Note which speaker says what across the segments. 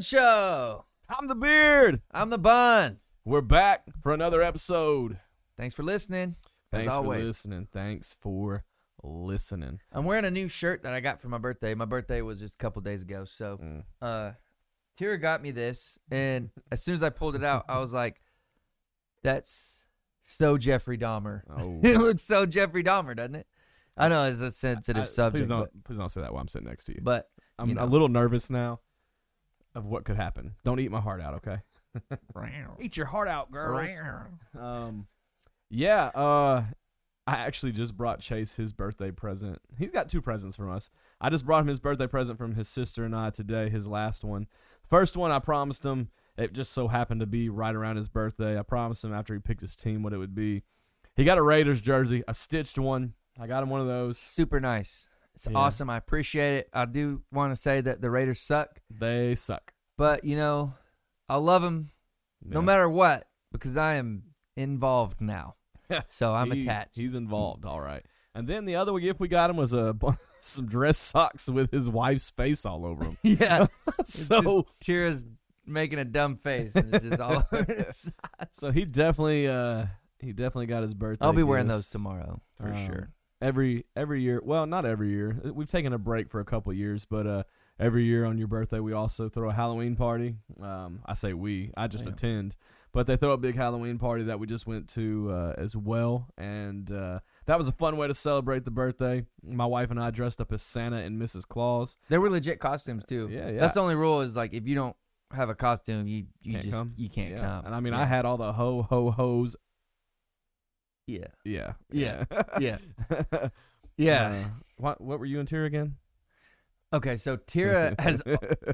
Speaker 1: Show.
Speaker 2: I'm the beard.
Speaker 1: I'm the Bun.
Speaker 2: We're back for another episode.
Speaker 1: Thanks for listening.
Speaker 2: Thanks
Speaker 1: as
Speaker 2: for
Speaker 1: always,
Speaker 2: listening. Thanks for listening.
Speaker 1: I'm wearing a new shirt that I got for my birthday. My birthday was just a couple days ago, so
Speaker 2: Mm.
Speaker 1: uh, Tira got me this, and as soon as I pulled it out, I was like, "That's so Jeffrey Dahmer."
Speaker 2: Oh,
Speaker 1: it looks so Jeffrey Dahmer, doesn't it? I know it's a sensitive
Speaker 2: I-
Speaker 1: subject,
Speaker 2: Please don't, please don't say that while I'm sitting next to you.
Speaker 1: but, but
Speaker 2: I'm
Speaker 1: you know.
Speaker 2: a little nervous now of what could happen. Don't eat my heart out, okay? Eat your heart out, Um, yeah. Uh, I actually just brought Chase his birthday present. He's got two presents from us. I just brought him his birthday present from his sister and I today. His last one. First one I promised him. It just so happened to be right around his birthday. I promised him after he picked his team what it would be. He got a Raiders jersey, a stitched one. I got him one of those.
Speaker 1: super nice. It's
Speaker 2: Yeah.
Speaker 1: awesome. I appreciate it. I do want to say that the Raiders suck,
Speaker 2: They suck.
Speaker 1: but you know, I love them no
Speaker 2: Yeah.
Speaker 1: matter what, because I am involved now. so I'm
Speaker 2: He-
Speaker 1: attached.
Speaker 2: He's involved, all right. And then the other gift we got him was a bu- some dress socks with his wife's face all over them.
Speaker 1: yeah.
Speaker 2: so
Speaker 1: Tira's making a dumb face. And it's just all over his-
Speaker 2: so he definitely uh he definitely got his birthday.
Speaker 1: I'll be wearing
Speaker 2: gifts.
Speaker 1: those tomorrow for
Speaker 2: Um,
Speaker 1: sure.
Speaker 2: Every every year, well, not every year. Uh, We've taken a break for a couple years, but uh every year on your birthday we also throw a Halloween party. Um I say we, I just
Speaker 1: Yeah.
Speaker 2: attend. But they throw a big Halloween party that we just went to uh, as well, and uh, that was a fun way to celebrate the birthday. My wife and I dressed up as Santa and Mrs. Claus.
Speaker 1: There were legit costumes too.
Speaker 2: yeah, yeah.
Speaker 1: That's the only rule is like if you don't have a costume, you you
Speaker 2: Can't
Speaker 1: just
Speaker 2: come?
Speaker 1: you can't
Speaker 2: yeah.
Speaker 1: come.
Speaker 2: And I mean,
Speaker 1: yeah.
Speaker 2: I had all the ho ho ho's.
Speaker 1: yeah
Speaker 2: Yeah,
Speaker 1: Yeah. yeah
Speaker 2: yeah.
Speaker 1: yeah.
Speaker 2: Uh, what what were you into again?
Speaker 1: okay, so Tira has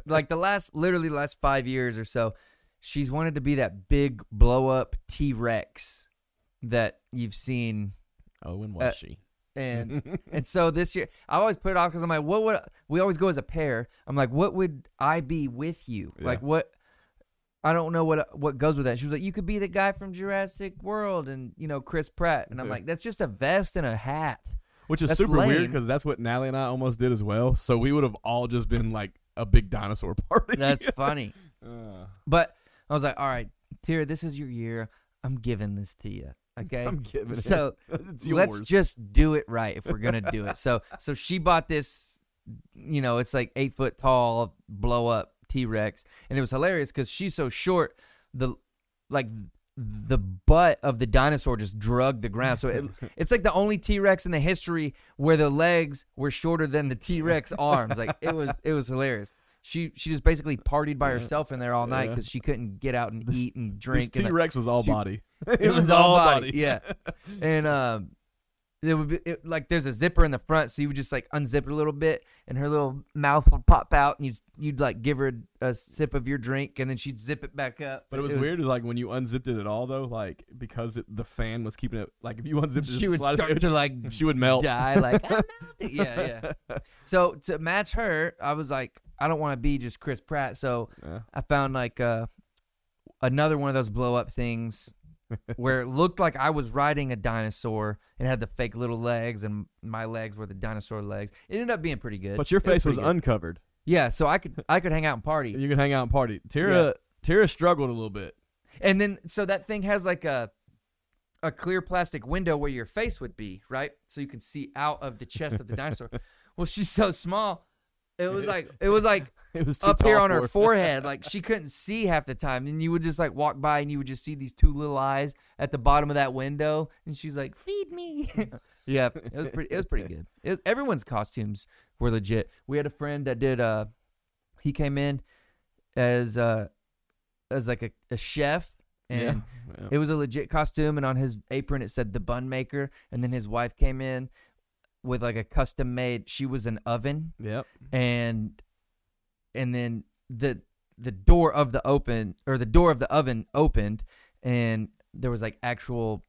Speaker 1: like the last literally the last five years or so, she's wanted to be that big blow up T Rex that you've seen
Speaker 2: oh, and
Speaker 1: was uh,
Speaker 2: she?
Speaker 1: and And so this year, I always put it off because I'm like, what would we always go as a pair? I'm like, what would I be with you?
Speaker 2: Yeah.
Speaker 1: Like what? I don't know what what goes with that. She was like, you could be the guy from Jurassic World and you know Chris Pratt, and I'm
Speaker 2: Yeah.
Speaker 1: like, that's just a vest and a hat.
Speaker 2: Which is
Speaker 1: That's
Speaker 2: super weird 'cause weird
Speaker 1: lame.
Speaker 2: because that's what Natalie and I almost did as well. So we would have all just been like a big dinosaur party.
Speaker 1: That's funny.
Speaker 2: Uh,
Speaker 1: But I was like, all right, Tira, this is your year. I'm giving this to you. Okay.
Speaker 2: I'm giving it.
Speaker 1: so
Speaker 2: it's
Speaker 1: let's
Speaker 2: yours.
Speaker 1: just do it right if we're gonna do it. So so she bought this, you know, it's like eight foot tall blow up T Rex, and it was hilarious because she's so short, the like the butt of the dinosaur just drugged the ground. So it, it's like the only T Rex in the history where the legs were shorter than the T Rex arms. Like it was it was hilarious. She she just basically partied by herself in there all night
Speaker 2: Yeah.
Speaker 1: because she couldn't get out and
Speaker 2: This-
Speaker 1: eat and
Speaker 2: This
Speaker 1: drink. and,
Speaker 2: T
Speaker 1: like,
Speaker 2: Rex was all
Speaker 1: she-
Speaker 2: body.
Speaker 1: it was all body. Yeah, and um, it would be it, like there's a zipper in the front, so you would just like unzip it a little bit, and her little mouth would pop out, and you'd you'd like give her a, sip of your drink, and then she'd zip it back up.
Speaker 2: But it was, weird, like when you unzipped it at all, though, like because it, the fan was keeping it. Like if you unzipped it, just
Speaker 1: She
Speaker 2: the
Speaker 1: would
Speaker 2: slightest,
Speaker 1: start
Speaker 2: it
Speaker 1: to like
Speaker 2: would- she would melt.
Speaker 1: die. Like "I'm melting." yeah, yeah. So to match her, I was like, I don't want to be just Chris Pratt, so
Speaker 2: Yeah.
Speaker 1: I found like uh, another one of those blow up things where it looked like I was riding a dinosaur and had the fake little legs, and my legs were the dinosaur legs. It ended up being pretty good.
Speaker 2: But your
Speaker 1: It was
Speaker 2: face was
Speaker 1: pretty good.
Speaker 2: uncovered.
Speaker 1: yeah, so I could I could hang out and party,
Speaker 2: You could hang out and party. Tira Tira struggled a little bit.
Speaker 1: and then so that thing has like a a clear plastic window where your face would be, right? So you can see out of the chest of the dinosaur. Well, she's so small. It was like it was like
Speaker 2: It was too
Speaker 1: up here
Speaker 2: tall
Speaker 1: on her
Speaker 2: for
Speaker 1: forehead. Like she couldn't see half the time. And you would just like walk by and you would just see these two little eyes at the bottom of that window. And she's like, feed me. yeah, it was pretty, it was pretty good. It, everyone's costumes were legit. We had a friend that did, uh, he came in as, uh, as like a, a chef and
Speaker 2: Yeah. Yeah.
Speaker 1: it was a legit costume, and on his apron it said the bun maker. And then his wife came in with like a custom made. She was an oven,
Speaker 2: Yep.
Speaker 1: and and then the the door of the open or the door of the oven opened and there was like actual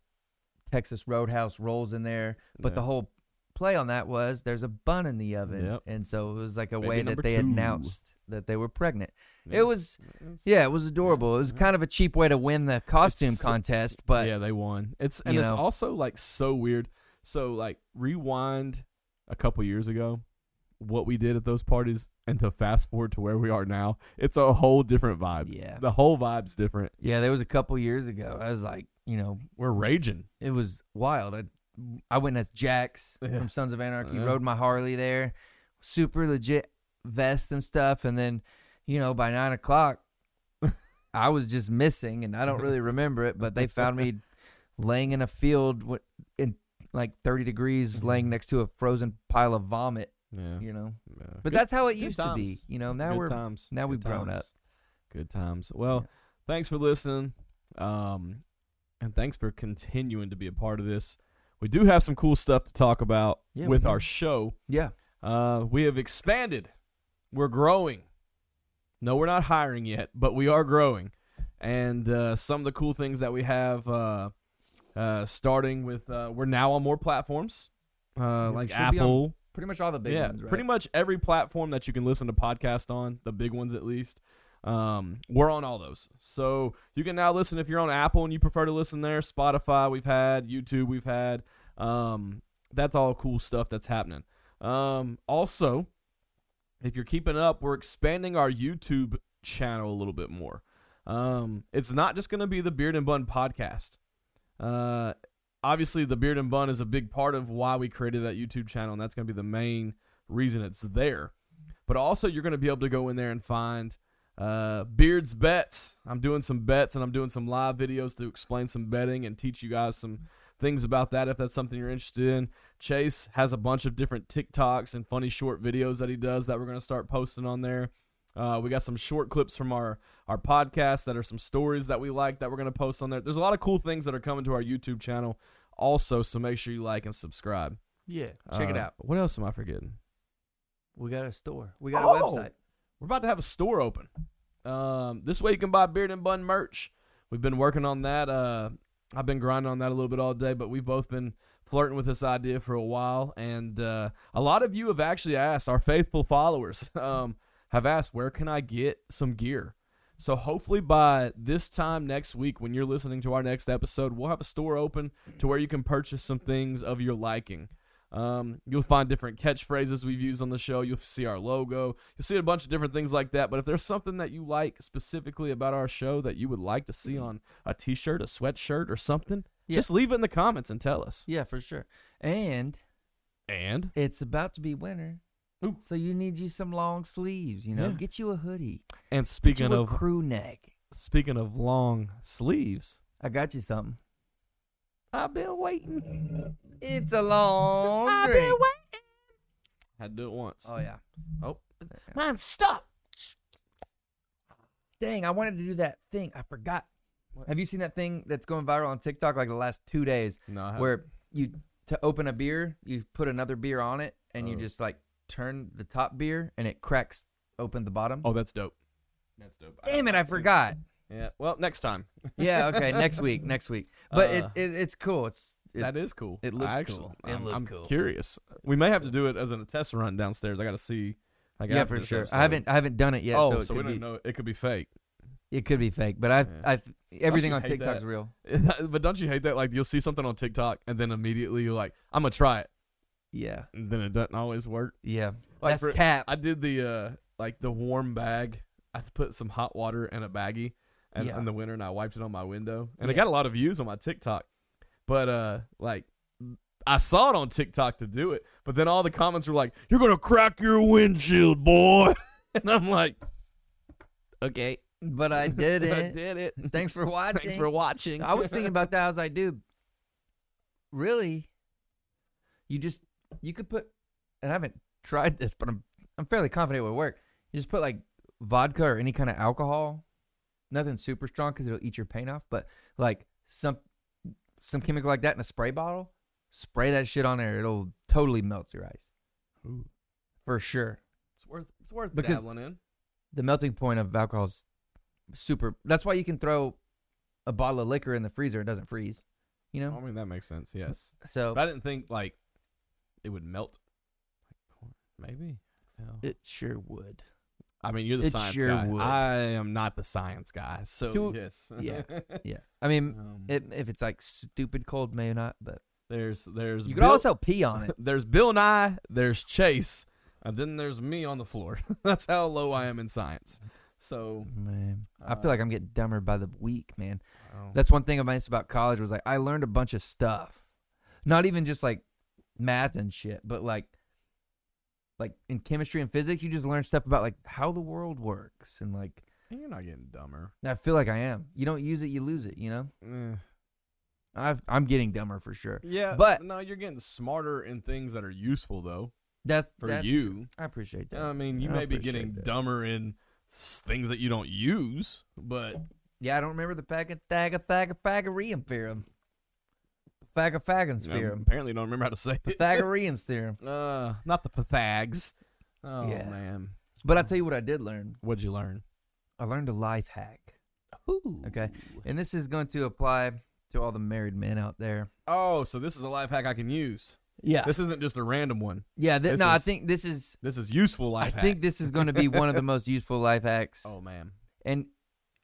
Speaker 1: Texas Roadhouse rolls in there but the
Speaker 2: Yeah.
Speaker 1: whole play on that was there's a bun in the oven
Speaker 2: Yep.
Speaker 1: and so it was like a
Speaker 2: Baby
Speaker 1: way that
Speaker 2: number
Speaker 1: they
Speaker 2: two.
Speaker 1: announced that they were pregnant
Speaker 2: Yeah.
Speaker 1: it was yeah it was adorable it was kind of a cheap way to win the costume
Speaker 2: It's-
Speaker 1: contest but
Speaker 2: yeah, they won. It's and
Speaker 1: you
Speaker 2: it's
Speaker 1: know.
Speaker 2: also like so weird. So like rewind a couple years ago, what we did at those parties and to fast forward to where we are now, it's a whole different vibe.
Speaker 1: Yeah.
Speaker 2: The whole vibe's different.
Speaker 1: Yeah, there was a couple years ago. I was like, you know,
Speaker 2: We're raging.
Speaker 1: it was wild. I I went as Jax
Speaker 2: Yeah.
Speaker 1: from Sons of Anarchy,
Speaker 2: Yeah.
Speaker 1: rode my Harley there, super legit vest and stuff, and then, you know, by nine o'clock, I was just missing, and I don't really remember it, but they found me laying in a field wi- in like thirty degrees, laying next to a frozen pile of vomit.
Speaker 2: Mm-hmm. Yeah.
Speaker 1: You know,
Speaker 2: yeah.
Speaker 1: but that's how it
Speaker 2: good
Speaker 1: used to be.
Speaker 2: times.
Speaker 1: You know, now
Speaker 2: Good
Speaker 1: we're
Speaker 2: times.
Speaker 1: now
Speaker 2: Good
Speaker 1: we've grown
Speaker 2: times. Good times. Well, thanks for listening. Um, and thanks for continuing to be a part of this. We do have some cool stuff to talk about
Speaker 1: Yeah,
Speaker 2: with
Speaker 1: we
Speaker 2: our
Speaker 1: do.
Speaker 2: show.
Speaker 1: yeah,
Speaker 2: Uh, we have expanded. We're growing. No, we're not hiring yet, but we are growing. And uh, some of the cool things that we have, uh, uh, starting with, uh, we're now on more platforms, uh,
Speaker 1: We
Speaker 2: like
Speaker 1: should be on
Speaker 2: Apple,
Speaker 1: pretty much all the big
Speaker 2: yeah,
Speaker 1: ones, right?
Speaker 2: pretty much every platform that you can listen to podcasts on, the big ones at least. Um, we're on all those, so you can now listen if you're on Apple and you prefer to listen there. Spotify, we've had YouTube, we've had. Um, that's all cool stuff that's happening. Um, also, if you're keeping up, we're expanding our YouTube channel a little bit more. Um, it's not just going to be the Beard and Bun podcast. Uh, obviously, the Beard and Bun is a big part of why we created that YouTube channel, and that's going to be the main reason it's there. But also, you're going to be able to go in there and find uh, Beard's bets. I'm doing some bets, and I'm doing some live videos to explain some betting and teach you guys some things about that if that's something you're interested in. Chase has a bunch of different TikToks and funny short videos that he does that we're going to start posting on there. Uh, we got some short clips from our our podcast that are some stories that we like that we're going to post on there. There's a lot of cool things that are coming to our YouTube channel also, so make sure you like and subscribe.
Speaker 1: yeah, check it
Speaker 2: Uh,
Speaker 1: out.
Speaker 2: What else am I forgetting?
Speaker 1: We got a store. We got a
Speaker 2: Oh!
Speaker 1: website.
Speaker 2: We're about to have a store open. Um, this way you can buy Beard and Bun merch. We've been working on that. Uh, I've been grinding on that a little bit all day, but we've both been flirting with this idea for a while. And uh, a lot of you have actually asked, our faithful followers um, have asked, where can I get some gear? So hopefully by this time next week, when you're listening to our next episode, we'll have a store open to where you can purchase some things of your liking. Um, you'll find different catchphrases we've used on the show. You'll see our logo. You'll see a bunch of different things like that. But if there's something that you like specifically about our show that you would like to see on a t-shirt, a sweatshirt, or something,
Speaker 1: Mm. Yeah.
Speaker 2: just leave it in the comments and tell us.
Speaker 1: Yeah, for sure. And
Speaker 2: And
Speaker 1: it's about to be winter.
Speaker 2: Ooh.
Speaker 1: So you need you some long sleeves, you know.
Speaker 2: Yeah.
Speaker 1: Get you a hoodie.
Speaker 2: and
Speaker 1: Get
Speaker 2: speaking
Speaker 1: you a
Speaker 2: of
Speaker 1: crew neck.
Speaker 2: speaking of long sleeves,
Speaker 1: I got you something.
Speaker 2: I've been waiting.
Speaker 1: It's a long
Speaker 2: I've been
Speaker 1: drink.
Speaker 2: waiting. Had to do it once.
Speaker 1: Oh yeah.
Speaker 2: Oh.
Speaker 1: Mine's stuck. Dang, I wanted to do that thing. I forgot. Have you seen that thing that's going viral on TikTok like the last two days
Speaker 2: No, I haven't.
Speaker 1: where you to open a beer, you put another beer on it and you
Speaker 2: Oh.
Speaker 1: just like turn the top beer and it cracks open the bottom?
Speaker 2: oh, that's dope. That's dope.
Speaker 1: Damn it, I
Speaker 2: haven't seen
Speaker 1: forgot.
Speaker 2: Yeah. Well, next time.
Speaker 1: yeah. Okay. Next week. Next week. But
Speaker 2: Uh,
Speaker 1: it, it it's cool. It's it,
Speaker 2: that is cool.
Speaker 1: it looked
Speaker 2: I actually,
Speaker 1: cool. It
Speaker 2: I'm,
Speaker 1: looked
Speaker 2: I'm
Speaker 1: cool.
Speaker 2: curious. We may have to do it as a test run downstairs. I got to see. Like
Speaker 1: yeah,
Speaker 2: after
Speaker 1: for
Speaker 2: this
Speaker 1: sure.
Speaker 2: episode.
Speaker 1: I haven't I haven't done it yet.
Speaker 2: oh,
Speaker 1: so
Speaker 2: so,
Speaker 1: it
Speaker 2: we
Speaker 1: could
Speaker 2: don't
Speaker 1: be,
Speaker 2: know. It could be fake.
Speaker 1: It could be fake, but I have
Speaker 2: Yeah.
Speaker 1: I everything
Speaker 2: you
Speaker 1: on
Speaker 2: hate
Speaker 1: TikTok's
Speaker 2: that.
Speaker 1: real.
Speaker 2: but don't you hate that? Like you'll see something on TikTok and then immediately you're like, "I'm gonna try it,"
Speaker 1: Yeah.
Speaker 2: and then it doesn't always work.
Speaker 1: Yeah.
Speaker 2: Like
Speaker 1: That's
Speaker 2: for-
Speaker 1: cap.
Speaker 2: I did the uh like the warm bag. I put some hot water in a baggie and
Speaker 1: Yeah.
Speaker 2: in the winter and I wiped it on my window. And it
Speaker 1: Yeah.
Speaker 2: got a lot of views on my TikTok. But uh like I saw it on TikTok to do it, but then all the comments were like, You're gonna crack your windshield, boy And I'm like Okay.
Speaker 1: but I did it.
Speaker 2: I did it.
Speaker 1: Thanks for watching.
Speaker 2: Thanks for watching.
Speaker 1: I was thinking about that. I was like, dude, really? You just you could put, and I haven't tried this, but I'm I'm fairly confident it would work. You just put like vodka or any kind of alcohol, nothing super strong because it'll eat your paint off, but like some some chemical like that in a spray bottle, spray that shit on there. It'll totally melt your ice
Speaker 2: Ooh.
Speaker 1: for sure.
Speaker 2: It's worth it's worth
Speaker 1: Because-
Speaker 2: dabbling in.
Speaker 1: The melting point of alcohol's super. That's why you can throw a bottle of liquor in the freezer; it doesn't freeze. You know,
Speaker 2: I mean that makes sense, yes.
Speaker 1: so
Speaker 2: But I didn't think like it would melt. Maybe. No.
Speaker 1: It sure would.
Speaker 2: I mean, you're the
Speaker 1: It
Speaker 2: science
Speaker 1: sure
Speaker 2: guy.
Speaker 1: would.
Speaker 2: I am not the science guy. So
Speaker 1: Two-
Speaker 2: yes,
Speaker 1: yeah. Yeah. I mean,
Speaker 2: Um,
Speaker 1: it, if it's like stupid cold, may not, but
Speaker 2: there's there's
Speaker 1: you could
Speaker 2: Bill,
Speaker 1: also pee on it.
Speaker 2: there's Bill Nye, there's Chase, and then there's me on the floor. That's how low I am in science. So
Speaker 1: Man, I feel like I'm getting dumber by the week, man.
Speaker 2: oh,
Speaker 1: That's one thing I missed about college was like I learned a bunch of stuff, not even just like math and shit, but like like in chemistry and physics, you just learn stuff about like how the world works and like
Speaker 2: you're not getting dumber.
Speaker 1: I feel like I am. You don't use it, you lose it. You know,
Speaker 2: Eh.
Speaker 1: I've, I'm getting dumber for sure.
Speaker 2: Yeah,
Speaker 1: But-
Speaker 2: no, you're getting smarter in things that are useful though
Speaker 1: That's
Speaker 2: for
Speaker 1: that's-
Speaker 2: you. Uh,
Speaker 1: I appreciate that.
Speaker 2: I mean, you
Speaker 1: I
Speaker 2: may be
Speaker 1: appreciate
Speaker 2: getting
Speaker 1: that.
Speaker 2: dumber in s- things that you don't use, but
Speaker 1: yeah, I don't remember the faggot thagga thagga Pythagorean theorem, fagga faggins
Speaker 2: you know,
Speaker 1: theorem,
Speaker 2: apparently don't remember how to say it.
Speaker 1: Pythagorean's theorem.
Speaker 2: Uh, not the Pythags. Oh
Speaker 1: Yeah.
Speaker 2: man,
Speaker 1: But I tell you what, I did learn.
Speaker 2: what'd you learn?
Speaker 1: I learned a life hack. Okay. And this is going to apply to all the married men out there.
Speaker 2: Oh, so this is a life hack I can use.
Speaker 1: Yeah.
Speaker 2: This isn't just a random one.
Speaker 1: yeah. Th-
Speaker 2: this
Speaker 1: no, I
Speaker 2: is-
Speaker 1: think this is.
Speaker 2: This is useful life
Speaker 1: I
Speaker 2: hack.
Speaker 1: think this is going to be one of the most useful life hacks.
Speaker 2: oh man.
Speaker 1: And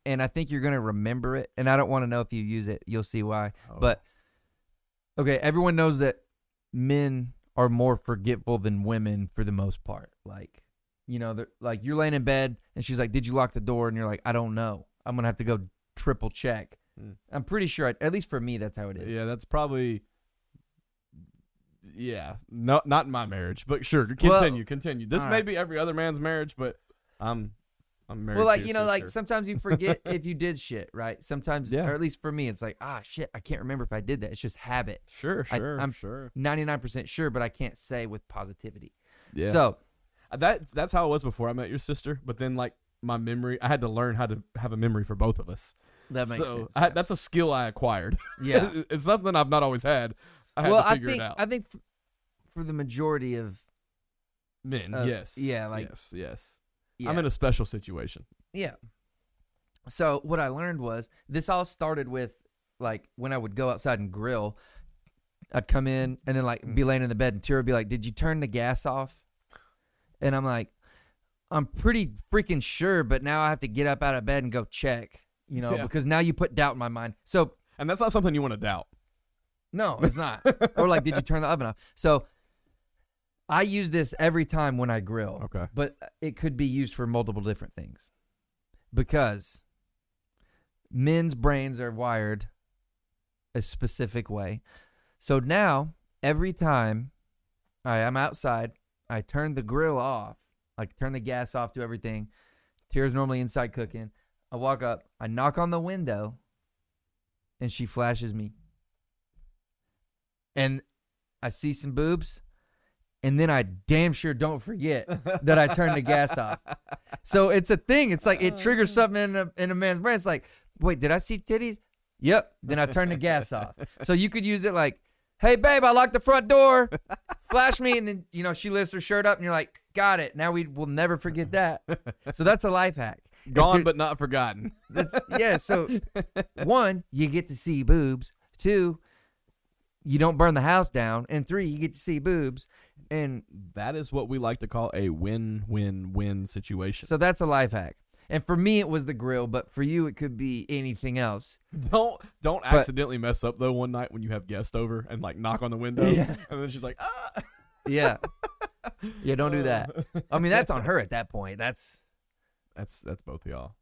Speaker 1: and I think you're going to remember it. And I don't want to know if you use it. You'll see why.
Speaker 2: Oh.
Speaker 1: But okay, everyone knows that men are more forgetful than women for the most part. Like, you know, they're- like you're laying in bed and she's like, "Did you lock the door?" And you're like, "I don't know. I'm gonna have to go triple check."
Speaker 2: Mm.
Speaker 1: I'm pretty sure, I, at least for me, that's how it is.
Speaker 2: yeah, that's probably. Yeah, no, not in my marriage, but sure. Continue,
Speaker 1: Well,
Speaker 2: continue. This
Speaker 1: all
Speaker 2: may
Speaker 1: right.
Speaker 2: be every other man's marriage, but I'm, I'm married.
Speaker 1: Well,
Speaker 2: to
Speaker 1: like
Speaker 2: your
Speaker 1: you know, like
Speaker 2: sister.
Speaker 1: sometimes you forget if you did shit, right? Sometimes,
Speaker 2: Yeah.
Speaker 1: or at least for me, it's like, ah, shit, I can't remember if I did that. It's just habit.
Speaker 2: sure,
Speaker 1: I-
Speaker 2: sure,
Speaker 1: I'm-
Speaker 2: sure.
Speaker 1: Ninety nine percent sure, but I can't say with positivity.
Speaker 2: Yeah.
Speaker 1: So
Speaker 2: that that's how it was before I met your sister. But then, like my memory, I had to learn how to have a memory for both of us.
Speaker 1: that makes
Speaker 2: so
Speaker 1: sense.
Speaker 2: I, that's a skill I acquired.
Speaker 1: yeah.
Speaker 2: it's something I've not always had. I had
Speaker 1: well,
Speaker 2: to
Speaker 1: I
Speaker 2: figure
Speaker 1: think
Speaker 2: it out.
Speaker 1: I think f- for the majority of
Speaker 2: Men,
Speaker 1: uh,
Speaker 2: yes,
Speaker 1: yeah, like-
Speaker 2: yes, yes.
Speaker 1: yeah,
Speaker 2: I'm in a special situation.
Speaker 1: yeah. So what I learned was this all started with like when I would go outside and grill, I'd come in and then like be laying in the bed and Tira would be like, "Did you turn the gas off?" And I'm like, "I'm pretty freaking sure," but now I have to get up out of bed and go check, you know,
Speaker 2: Yeah.
Speaker 1: because now you put doubt in my mind. So
Speaker 2: And that's not something you want to doubt.
Speaker 1: No, it's not. or like, did you turn the oven off? So I use this every time when I grill.
Speaker 2: Okay.
Speaker 1: But it could be used for multiple different things because men's brains are wired a specific way. So now every time I am outside, I turn the grill off, like turn the gas off, do everything. Tira's normally inside cooking. I walk up, I knock on the window, and she flashes me. And I see some boobs, and then I damn sure don't forget that I turned the gas off. So it's a thing. It's like it triggers something in a, in a man's brain. It's like, wait, did I see titties? Yep. Then I turn the gas off. So you could use it like, hey, babe, I locked the front door. Flash me. And then, you know, she lifts her shirt up and you're like, got it. Now we will never forget that. So that's a life hack. If
Speaker 2: Gone
Speaker 1: there-
Speaker 2: but not forgotten.
Speaker 1: that's, yeah. So, one, you get to see boobs. Two, you don't burn the house down. And three, you get to see boobs. And
Speaker 2: That is what we like to call a win-win-win situation.
Speaker 1: so that's a life hack. And for me, it was the grill, but for you, it could be anything else.
Speaker 2: don't don't accidentally mess up though one night when you have guests over and like knock on the window
Speaker 1: Yeah.
Speaker 2: and then she's like, ah,
Speaker 1: Yeah. yeah, don't do that. I mean, that's on her at that point. That's
Speaker 2: that's that's both of y'all.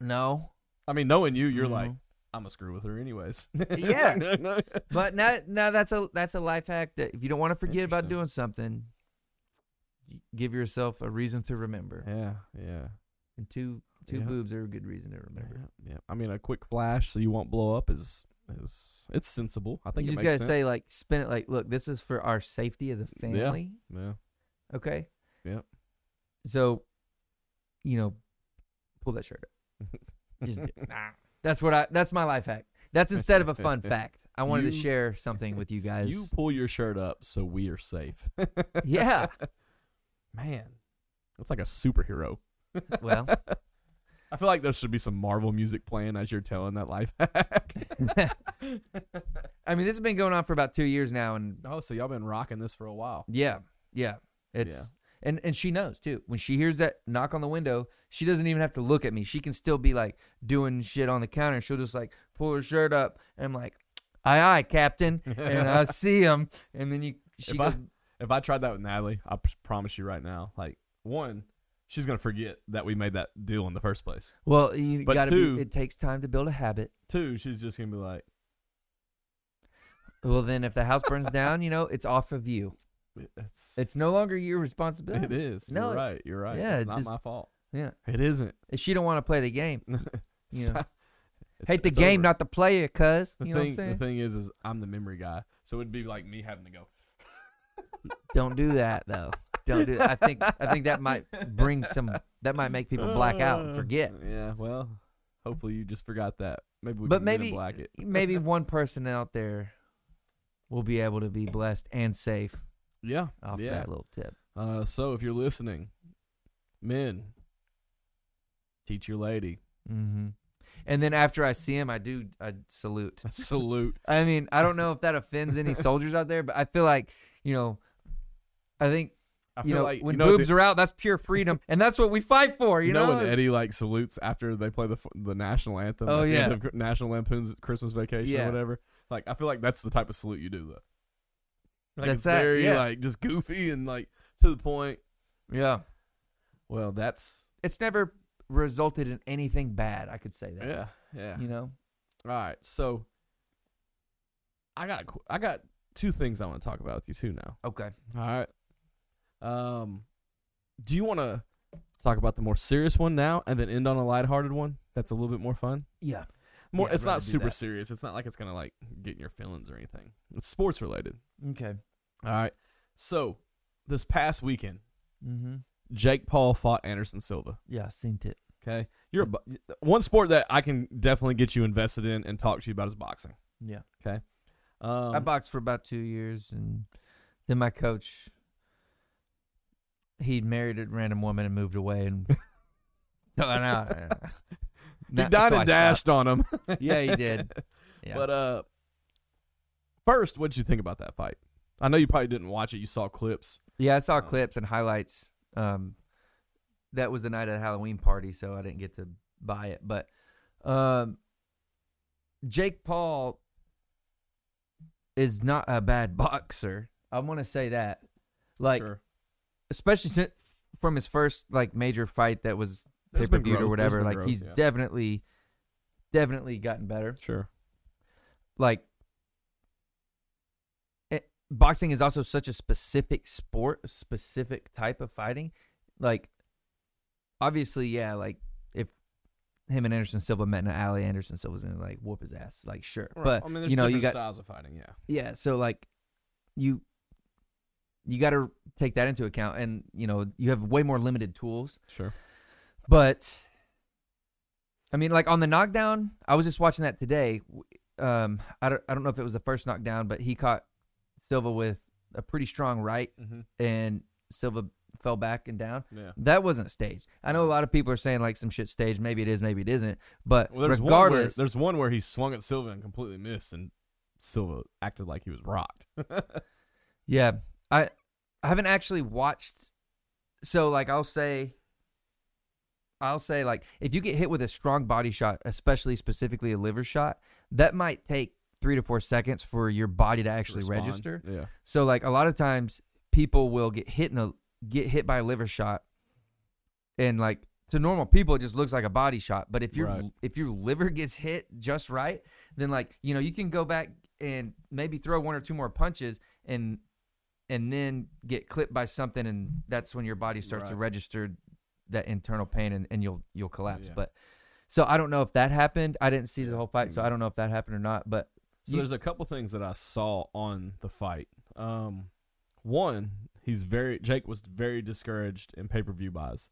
Speaker 1: no.
Speaker 2: I mean, knowing you, you're like,
Speaker 1: Mhm.
Speaker 2: I'm gonna screw with her anyways.
Speaker 1: Yeah. But now, now that's a that's a life hack that if you don't want to forget about
Speaker 2: Interesting.
Speaker 1: doing something, y- give yourself a reason to remember.
Speaker 2: yeah, yeah.
Speaker 1: And two two
Speaker 2: Yeah.
Speaker 1: boobs are a good reason to remember.
Speaker 2: Yeah, yeah. I mean, a quick flash so you won't blow up is is it's sensible. I think
Speaker 1: you
Speaker 2: it
Speaker 1: just
Speaker 2: makes
Speaker 1: gotta
Speaker 2: sense.
Speaker 1: say like spin it like look this is for our safety as a family
Speaker 2: yeah,
Speaker 1: okay
Speaker 2: Yep.
Speaker 1: so you know pull that shirt up Just do it. that's what i that's my life hack that's instead of a fun fact i wanted to
Speaker 2: You-
Speaker 1: share something with you guys
Speaker 2: you pull your shirt up so we are safe.
Speaker 1: yeah
Speaker 2: Man, that's like a superhero.
Speaker 1: well
Speaker 2: I feel like there should be some Marvel music playing as you're telling that life hack.
Speaker 1: i mean this has been going on for about two years now and
Speaker 2: oh, so y'all been rocking this for a while.
Speaker 1: yeah yeah it's and and she knows too when she hears that knock on the window she doesn't even have to look at me she can still be like doing shit on the counter she'll just like pull her shirt up and i'm like aye aye captain and i see him and then you she
Speaker 2: If
Speaker 1: goes,
Speaker 2: I- If I tried that with Natalie, I p- promise you right now, like one, she's gonna forget that we made that deal in the first place.
Speaker 1: Well, you
Speaker 2: But
Speaker 1: got to
Speaker 2: two-
Speaker 1: be. It takes time to build a habit.
Speaker 2: Two, she's just gonna be like,
Speaker 1: Well, then if the house burns down, you know it's off of you.
Speaker 2: it's
Speaker 1: It's no longer your
Speaker 2: it
Speaker 1: responsibility.
Speaker 2: is.
Speaker 1: No,
Speaker 2: you're
Speaker 1: it-
Speaker 2: right. You're right.
Speaker 1: yeah,
Speaker 2: it's
Speaker 1: it
Speaker 2: not
Speaker 1: just-
Speaker 2: my fault.
Speaker 1: Yeah.
Speaker 2: It isn't.
Speaker 1: If she don't want to play the game,
Speaker 2: It's
Speaker 1: Yeah.
Speaker 2: not- it's-
Speaker 1: hate the
Speaker 2: it's
Speaker 1: game,
Speaker 2: over.
Speaker 1: not the player. Cuz
Speaker 2: The
Speaker 1: you know what I'm
Speaker 2: thing, the
Speaker 1: saying.
Speaker 2: thing is, is I'm the memory guy, so it'd be like me having to go.
Speaker 1: Don't do that though. Don't do. I think I think that might bring some. That might make people black out and forget.
Speaker 2: Uh, Yeah, well, hopefully you just forgot that. Maybe we
Speaker 1: But
Speaker 2: can get
Speaker 1: maybe-
Speaker 2: in black it.
Speaker 1: Maybe one person out there will be able to be blessed and safe
Speaker 2: Yeah,
Speaker 1: off
Speaker 2: yeah.
Speaker 1: that little tip.
Speaker 2: Uh, so if you're listening, men, teach your lady.
Speaker 1: hmm And then after I see him, I do I salute.
Speaker 2: Salute.
Speaker 1: I mean, I don't know if that offends any soldiers out there, but I feel like you know, I think
Speaker 2: I
Speaker 1: you know when
Speaker 2: know,
Speaker 1: boobs are out, that's pure freedom, and that's what we fight for. You,
Speaker 2: you know,
Speaker 1: know,
Speaker 2: when Eddie like salutes after they play the f- the national anthem.
Speaker 1: Oh,
Speaker 2: at the end
Speaker 1: yeah.
Speaker 2: of Gr- National Lampoon's Christmas Vacation
Speaker 1: Yeah.
Speaker 2: or whatever. Like I feel like that's the type of salute you do though. Like
Speaker 1: That's
Speaker 2: it's
Speaker 1: that,
Speaker 2: very
Speaker 1: yeah.
Speaker 2: like just goofy and like to the point.
Speaker 1: yeah,
Speaker 2: Well, that's
Speaker 1: it's never resulted in anything bad. I could say that.
Speaker 2: yeah, yeah.
Speaker 1: You know,
Speaker 2: All right, so I got a qu- I got two things I want to talk about with you too now.
Speaker 1: okay.
Speaker 2: All right. Um, do you want to talk about the more serious one now, and then end on a lighthearted one that's a little bit more fun?
Speaker 1: Yeah.
Speaker 2: More,
Speaker 1: Yeah, I'd
Speaker 2: it's
Speaker 1: rather
Speaker 2: not
Speaker 1: do
Speaker 2: super
Speaker 1: that.
Speaker 2: serious. It's not like it's gonna like get in your feelings or anything. It's sports related.
Speaker 1: Okay.
Speaker 2: All right. So this past weekend,
Speaker 1: Mm-hmm.
Speaker 2: Jake Paul fought Anderson Silva.
Speaker 1: Yeah, I seen it.
Speaker 2: Okay, you're a, bu- one sport that I can definitely get you invested in and talk to you about is boxing.
Speaker 1: Yeah.
Speaker 2: Um,
Speaker 1: I boxed for about two years, and then my coach, he married a random woman and moved away, and no, no, no.
Speaker 2: you
Speaker 1: Not-
Speaker 2: died
Speaker 1: so I
Speaker 2: and dashed on him.
Speaker 1: stopped. Yeah, he did. Yeah.
Speaker 2: But uh, first, what did you think about that fight? I know you probably didn't watch it. You saw clips.
Speaker 1: Yeah, I saw
Speaker 2: Um,
Speaker 1: clips and highlights. Um, that was the night of the Halloween party, so I didn't get to buy it. But um, Jake Paul is not a bad boxer. I want to say that, like,
Speaker 2: Sure.
Speaker 1: especially since from his first like major fight that was pay
Speaker 2: There's
Speaker 1: per
Speaker 2: been
Speaker 1: view
Speaker 2: growth.
Speaker 1: or
Speaker 2: There's
Speaker 1: whatever.
Speaker 2: been
Speaker 1: Like
Speaker 2: growth,
Speaker 1: he's
Speaker 2: yeah.
Speaker 1: definitely, definitely gotten better.
Speaker 2: sure.
Speaker 1: Like it, boxing is also such a specific sport, a specific type of fighting. Like obviously, yeah. Like if him and Anderson Silva met in an alley, Anderson Silva's gonna like whoop his ass. Like sure, but
Speaker 2: I mean, there's
Speaker 1: you know you
Speaker 2: different
Speaker 1: got
Speaker 2: styles of fighting. Yeah.
Speaker 1: yeah so like you you got to take that into account and you know you have way more limited tools
Speaker 2: Sure.
Speaker 1: but i mean like on the knockdown i was just watching that today W- um i don't, I don't know if it was the first knockdown but he caught silva with a pretty strong right
Speaker 2: Mm-hmm.
Speaker 1: and silva fell back and down
Speaker 2: Yeah.
Speaker 1: that wasn't staged i know a lot of people are saying like some shit staged maybe it is maybe it isn't but
Speaker 2: Well, there's one where,
Speaker 1: regardless
Speaker 2: there's one where he swung at Silva and completely missed, and Silva acted like he was rocked.
Speaker 1: Yeah. I I haven't actually watched so like I'll say I'll say like if you get hit with a strong body shot, especially specifically a liver shot, that might take 3 to 4 seconds for your body to actually
Speaker 2: Respond.
Speaker 1: register.
Speaker 2: Yeah.
Speaker 1: So like a lot of times people will get hit in a get hit by a liver shot and like to normal people it just looks like a body shot, but if your
Speaker 2: Right.
Speaker 1: if your liver gets hit just right, then like, you know, you can go back and maybe throw one or two more punches and and then get clipped by something and that's when your body starts to
Speaker 2: Right.
Speaker 1: register that internal pain and, and you'll you'll collapse.
Speaker 2: Yeah.
Speaker 1: But so I don't know if that happened. I didn't see the
Speaker 2: Yeah.
Speaker 1: whole fight, so I don't know if that happened or not. But
Speaker 2: So
Speaker 1: You-
Speaker 2: there's a couple things that I saw on the fight. Um, one, he's very Jake was very discouraged in pay per view buys.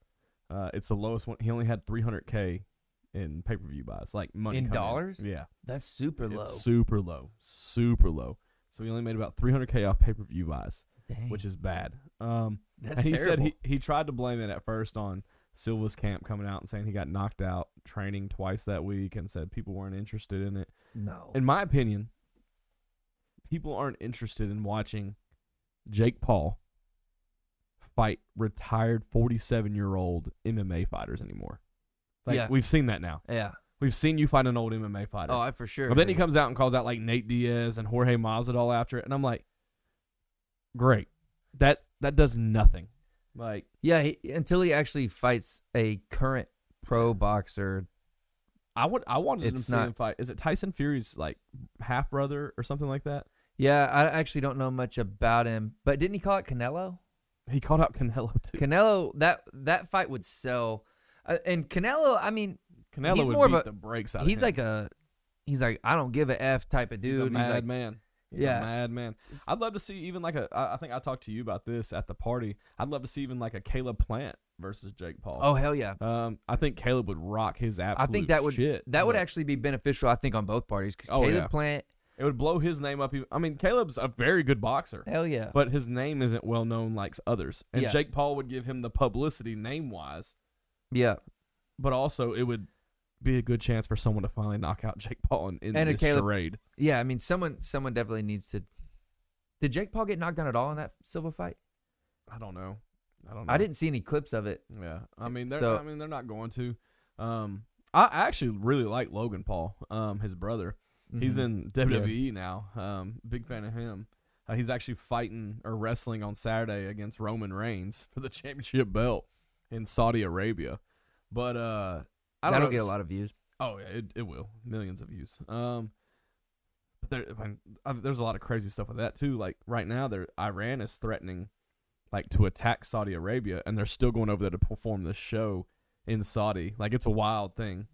Speaker 2: Uh, it's the lowest one. He only had 300k in pay per view buys, like money
Speaker 1: In
Speaker 2: coming
Speaker 1: dollars?
Speaker 2: Yeah,
Speaker 1: that's super low.
Speaker 2: it's super low, super low. So he only made about 300k off pay per view buys,
Speaker 1: Dang.
Speaker 2: which is bad. Um,
Speaker 1: that's
Speaker 2: and he
Speaker 1: terrible.
Speaker 2: said he, he tried to blame it at first on Silva's camp coming out and saying he got knocked out training twice that week and said people weren't interested in it
Speaker 1: no.
Speaker 2: in my opinion, people aren't interested in watching Jake Paul fight retired 47 year old MMA fighters anymore. Like,
Speaker 1: Yeah.
Speaker 2: we've seen that now.
Speaker 1: yeah.
Speaker 2: We've seen you fight an old MMA fighter.
Speaker 1: Oh, I for sure.
Speaker 2: but then he
Speaker 1: agree.
Speaker 2: comes out and calls out like Nate Diaz and Jorge Masvidal after it. And I'm like, great. That that does nothing. Like
Speaker 1: Yeah, he, until he actually fights a current pro boxer.
Speaker 2: I would I wanted him
Speaker 1: It's
Speaker 2: to see
Speaker 1: not-
Speaker 2: him fight. Is it Tyson Fury's like half brother or something like that?
Speaker 1: Yeah, I actually don't know much about him, but didn't he call it Canelo?
Speaker 2: He called out Canelo too.
Speaker 1: Canelo that that fight would sell, uh, and Canelo. I mean,
Speaker 2: Canelo
Speaker 1: he's
Speaker 2: would
Speaker 1: more of
Speaker 2: beat
Speaker 1: a-
Speaker 2: the brakes out of him.
Speaker 1: he's like a he's like I don't give a f type of dude.
Speaker 2: He's a
Speaker 1: and
Speaker 2: mad
Speaker 1: He's like,
Speaker 2: man. He's
Speaker 1: Yeah.
Speaker 2: a mad man. I'd love to see even like a. I I think I talked to you about this at the party. I'd love to see even like a Caleb Plant versus Jake Paul.
Speaker 1: oh hell yeah.
Speaker 2: Um, I think Caleb would rock his
Speaker 1: I
Speaker 2: absolute.
Speaker 1: think that would
Speaker 2: shit,
Speaker 1: that would
Speaker 2: but
Speaker 1: actually be beneficial. I think on both parties because
Speaker 2: Oh,
Speaker 1: Caleb
Speaker 2: yeah.
Speaker 1: Plant,
Speaker 2: it would blow his name up. even- I mean, Caleb's a very good boxer,
Speaker 1: hell yeah,
Speaker 2: but his name isn't well known like others. And
Speaker 1: Yeah.
Speaker 2: Jake Paul would give him the publicity name wise,
Speaker 1: yeah,
Speaker 2: but also it would be a good chance for someone to finally knock out Jake Paul in, in
Speaker 1: And a
Speaker 2: this
Speaker 1: Caleb-
Speaker 2: charade.
Speaker 1: yeah. I mean, someone someone definitely needs to. Did Jake Paul get knocked down at all in that Silva fight?
Speaker 2: I don't know. I don't. know.
Speaker 1: I didn't see any clips of it.
Speaker 2: Yeah, I mean they're
Speaker 1: So-
Speaker 2: I mean they're not going to. Um, I I actually really like Logan Paul, um, his brother. He's
Speaker 1: Mhm.
Speaker 2: in WWE now. Um, big fan of him. Uh, he's actually fighting or wrestling on Saturday against Roman Reigns for the championship belt in Saudi Arabia. But uh, I don't
Speaker 1: That'll
Speaker 2: know,
Speaker 1: get a
Speaker 2: s-
Speaker 1: lot of views.
Speaker 2: Oh yeah, it, it will millions of views. Um, but there, I mean, uh, there's a lot of crazy stuff with that too. Like right now, there Iran is threatening, like to attack Saudi Arabia, and they're still going over there to perform this show in Saudi. Like it's a wild thing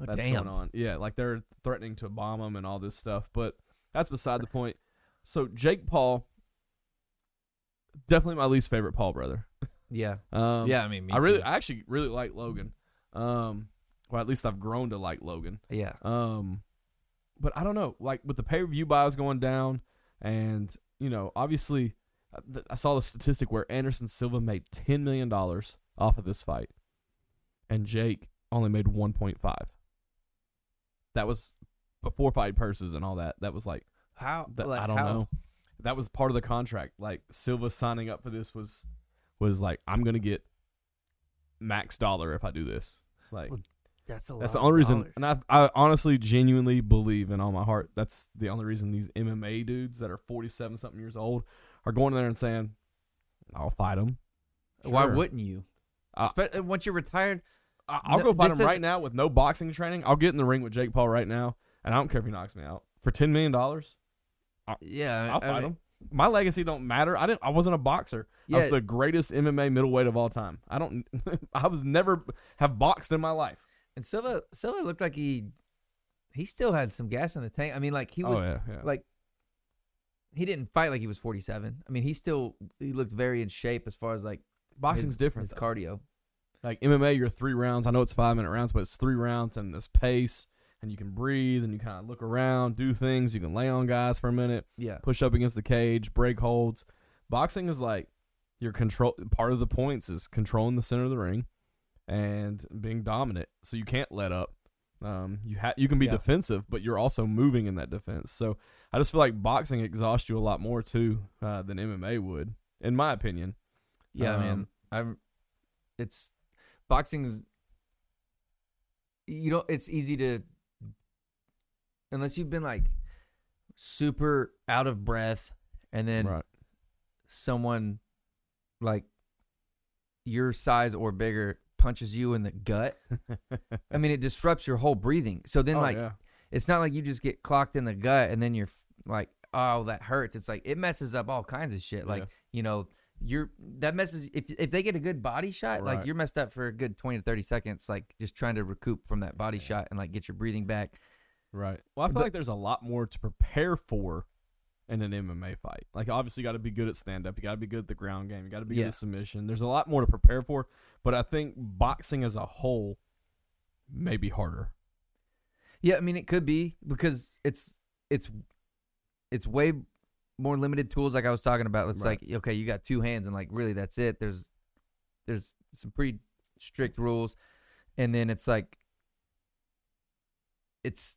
Speaker 1: Oh,
Speaker 2: that's
Speaker 1: damn.
Speaker 2: going on. Yeah, like they're threatening to bomb them and all this stuff. But that's beside the point. So Jake Paul, definitely my least favorite Paul brother.
Speaker 1: Yeah,
Speaker 2: Um,
Speaker 1: yeah. I mean, me
Speaker 2: I really,
Speaker 1: too.
Speaker 2: I actually really like Logan. Um, well, at least I've grown to like Logan.
Speaker 1: yeah.
Speaker 2: Um, but I don't know. Like with the pay per view buys going down, and you know, obviously, I- th- I saw the statistic where Anderson Silva made ten million dollars off of this fight, and Jake only made one point five. That was before fight purses and all that. That was like
Speaker 1: How?
Speaker 2: th- I don't know. That was part of the contract. Like Silva signing up for this was was like I'm gonna get max dollar if I do this. Like
Speaker 1: Well, That's a lot.
Speaker 2: that's the
Speaker 1: of
Speaker 2: only reason,
Speaker 1: dollars.
Speaker 2: and I, I honestly, genuinely believe in all my heart. That's the only reason these MMA dudes that are forty-seven something years old are going there and saying, "I'll fight him.
Speaker 1: Why
Speaker 2: Sure.
Speaker 1: wouldn't you?
Speaker 2: Uh,
Speaker 1: Spe- uh, once you're retired,
Speaker 2: I- I'll
Speaker 1: No,
Speaker 2: go fight
Speaker 1: this
Speaker 2: him right
Speaker 1: is-
Speaker 2: now with no boxing training. I'll get in the ring with Jake Paul right now, and I don't care if he knocks me out for ten million dollars.
Speaker 1: yeah,
Speaker 2: I'll
Speaker 1: I
Speaker 2: fight
Speaker 1: mean,
Speaker 2: him. My legacy don't matter. I didn't. I wasn't a boxer. I was
Speaker 1: Yeah.
Speaker 2: the greatest MMA middleweight of all time. I don't. I was never have boxed in my life.
Speaker 1: And Silva, Silva looked like he, he still had some gas in the tank. I mean, like he was,
Speaker 2: oh yeah, yeah.
Speaker 1: like, he didn't fight like he was 47. I mean, he still he looked very in shape as far as like
Speaker 2: boxing's
Speaker 1: his,
Speaker 2: different.
Speaker 1: His
Speaker 2: though.
Speaker 1: cardio.
Speaker 2: like MMA, you're three rounds. I know it's five minute rounds, but it's three rounds and this pace, and you can breathe and you kind of look around, do things. You can lay on guys for a minute,
Speaker 1: Yeah,
Speaker 2: push up against the cage, break holds. Boxing is like your control. Part of the points is controlling the center of the ring and being dominant. So you can't let up. Um, you ha- you can be
Speaker 1: Yeah.
Speaker 2: defensive, but you're also moving in that defense. So I just feel like boxing exhausts you a lot more too uh, than MMA would, in my opinion.
Speaker 1: yeah, man.
Speaker 2: Um,
Speaker 1: I'm. It's boxing's. You know, it's easy to, unless you've been like, super out of breath, and then
Speaker 2: right.
Speaker 1: someone like your size or bigger punches you in the gut, I mean, it disrupts your whole breathing. So then,
Speaker 2: Oh,
Speaker 1: like,
Speaker 2: yeah.
Speaker 1: it's not like you just get clocked in the gut and then you're f- like, oh, that hurts. It's like it messes up all kinds of shit. Like,
Speaker 2: Yeah.
Speaker 1: you know, you're that messes. If if they get a good body shot,
Speaker 2: Right.
Speaker 1: like you're messed up for a good twenty to thirty seconds. Like just trying to recoup from that body shot and like get your breathing back.
Speaker 2: Right. Well, I feel
Speaker 1: But-
Speaker 2: like there's a lot more to prepare for in an MMA fight. Like, obviously, you got to be good at stand up. You got to be good at the ground game. You got to be
Speaker 1: Yeah.
Speaker 2: good at submission. There's a lot more to prepare for. But I think boxing as a whole may be harder.
Speaker 1: Yeah, I mean it could be because it's it's it's way more limited tools like I was talking about. It's
Speaker 2: Right.
Speaker 1: like okay, you got two hands and like really that's it. There's there's some pretty strict rules and then it's like it's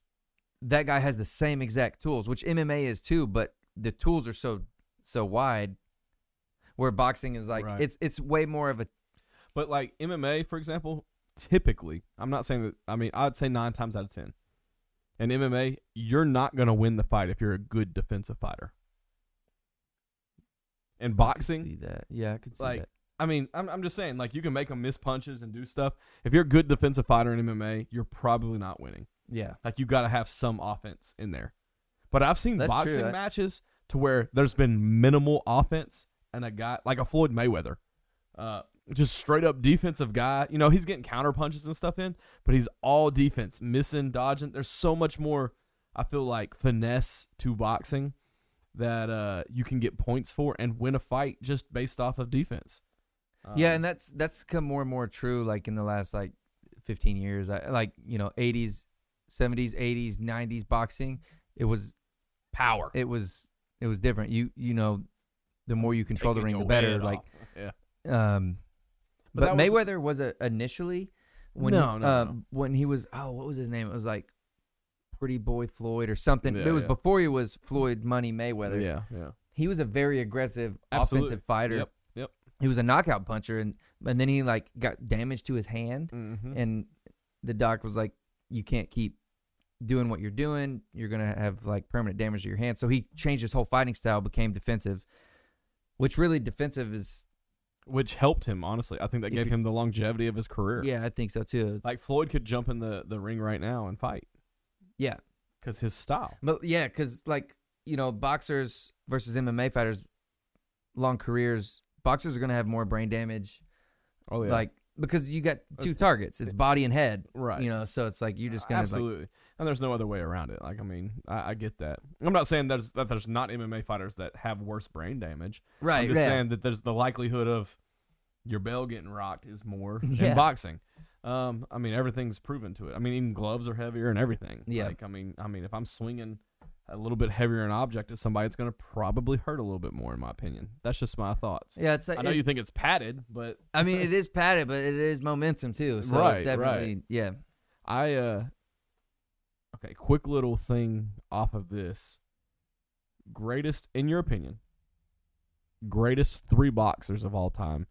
Speaker 1: that guy has the same exact tools, which MMA is too, but the tools are so so wide where boxing is like
Speaker 2: Right.
Speaker 1: it's it's way more of a
Speaker 2: But, like, MMA, for example, typically, I'm not saying that, I mean, I'd say nine times out of 10. In MMA, you're not going to win the fight if you're a good defensive fighter. and
Speaker 1: I
Speaker 2: boxing.
Speaker 1: see that. Yeah, I could see
Speaker 2: Like,
Speaker 1: that.
Speaker 2: I mean, I'm, I'm just saying, like, you can make them miss punches and do stuff. If you're a good defensive fighter in MMA, you're probably not winning.
Speaker 1: Yeah.
Speaker 2: Like, you got to have some offense in there. But I've seen
Speaker 1: That's true,
Speaker 2: boxing
Speaker 1: I-
Speaker 2: matches to where there's been minimal offense and a guy, like a Floyd Mayweather, uh, just straight up defensive guy. You know, he's getting counter punches and stuff in, but he's all defense, missing, dodging. There's so much more, I feel like, finesse to boxing that uh, you can get points for and win a fight just based off of defense.
Speaker 1: yeah,
Speaker 2: Um,
Speaker 1: and that's that's come more and more true. Like in the last like fifteen years, I, like you know, eighties, seventies, eighties, nineties boxing, it was
Speaker 2: power.
Speaker 1: it was it was different. You you know, the more you control the ring,
Speaker 2: Taking
Speaker 1: the
Speaker 2: your
Speaker 1: better.
Speaker 2: head
Speaker 1: Like,
Speaker 2: off. yeah.
Speaker 1: um,
Speaker 2: But
Speaker 1: but,
Speaker 2: that was-
Speaker 1: Mayweather was a, initially when
Speaker 2: No,
Speaker 1: he,
Speaker 2: no,
Speaker 1: um, when he was oh what was his name? It was like Pretty Boy Floyd or something.
Speaker 2: Yeah,
Speaker 1: it was
Speaker 2: yeah.
Speaker 1: before he was Floyd Money Mayweather.
Speaker 2: Yeah, yeah.
Speaker 1: He was a very aggressive
Speaker 2: Absolutely.
Speaker 1: offensive fighter.
Speaker 2: Yep, yep.
Speaker 1: He was a knockout puncher, and and then he like got damage to his hand,
Speaker 2: Mm-hmm.
Speaker 1: and the doc was like, "You can't keep doing what you're doing. You're gonna have like permanent damage to your hand." So he changed his whole fighting style, became defensive, which really defensive is.
Speaker 2: Which helped him, honestly. I think that
Speaker 1: If
Speaker 2: gave
Speaker 1: you-
Speaker 2: him the longevity of his career.
Speaker 1: Yeah, I think so too. It's-
Speaker 2: Like Floyd could jump in the, the ring right now and fight
Speaker 1: yeah,
Speaker 2: because his style.
Speaker 1: but yeah, because like you know, boxers versus MMA fighters, long careers. Boxers are gonna have more brain damage,
Speaker 2: Oh
Speaker 1: like because you got two
Speaker 2: That's-
Speaker 1: targets. It's body and head.
Speaker 2: right.
Speaker 1: You know, so it's like you're just gonna like
Speaker 2: absolutely. and there's no other way around it. Like I mean, I, I get that. I'm not saying there's that there's not MMA fighters that have worse brain damage.
Speaker 1: right,
Speaker 2: I'm just
Speaker 1: yeah.
Speaker 2: saying that there's the likelihood of your bell getting rocked is more
Speaker 1: Yeah.
Speaker 2: in boxing. Um, I mean everything's proven to it. I mean even gloves are heavier and everything.
Speaker 1: Yeah.
Speaker 2: Like I mean, I mean if I'm swinging a little bit heavier an object at somebody, it's gonna probably hurt a little bit more in my opinion. That's just my thoughts.
Speaker 1: Yeah, it's like
Speaker 2: I know
Speaker 1: it-
Speaker 2: you think it's padded, but
Speaker 1: I mean, it is padded, but it is momentum too. So
Speaker 2: Right, right.
Speaker 1: it's definitely, yeah.
Speaker 2: I uh okay, quick little thing off of this. Greatest in your opinion, greatest three boxers of all time,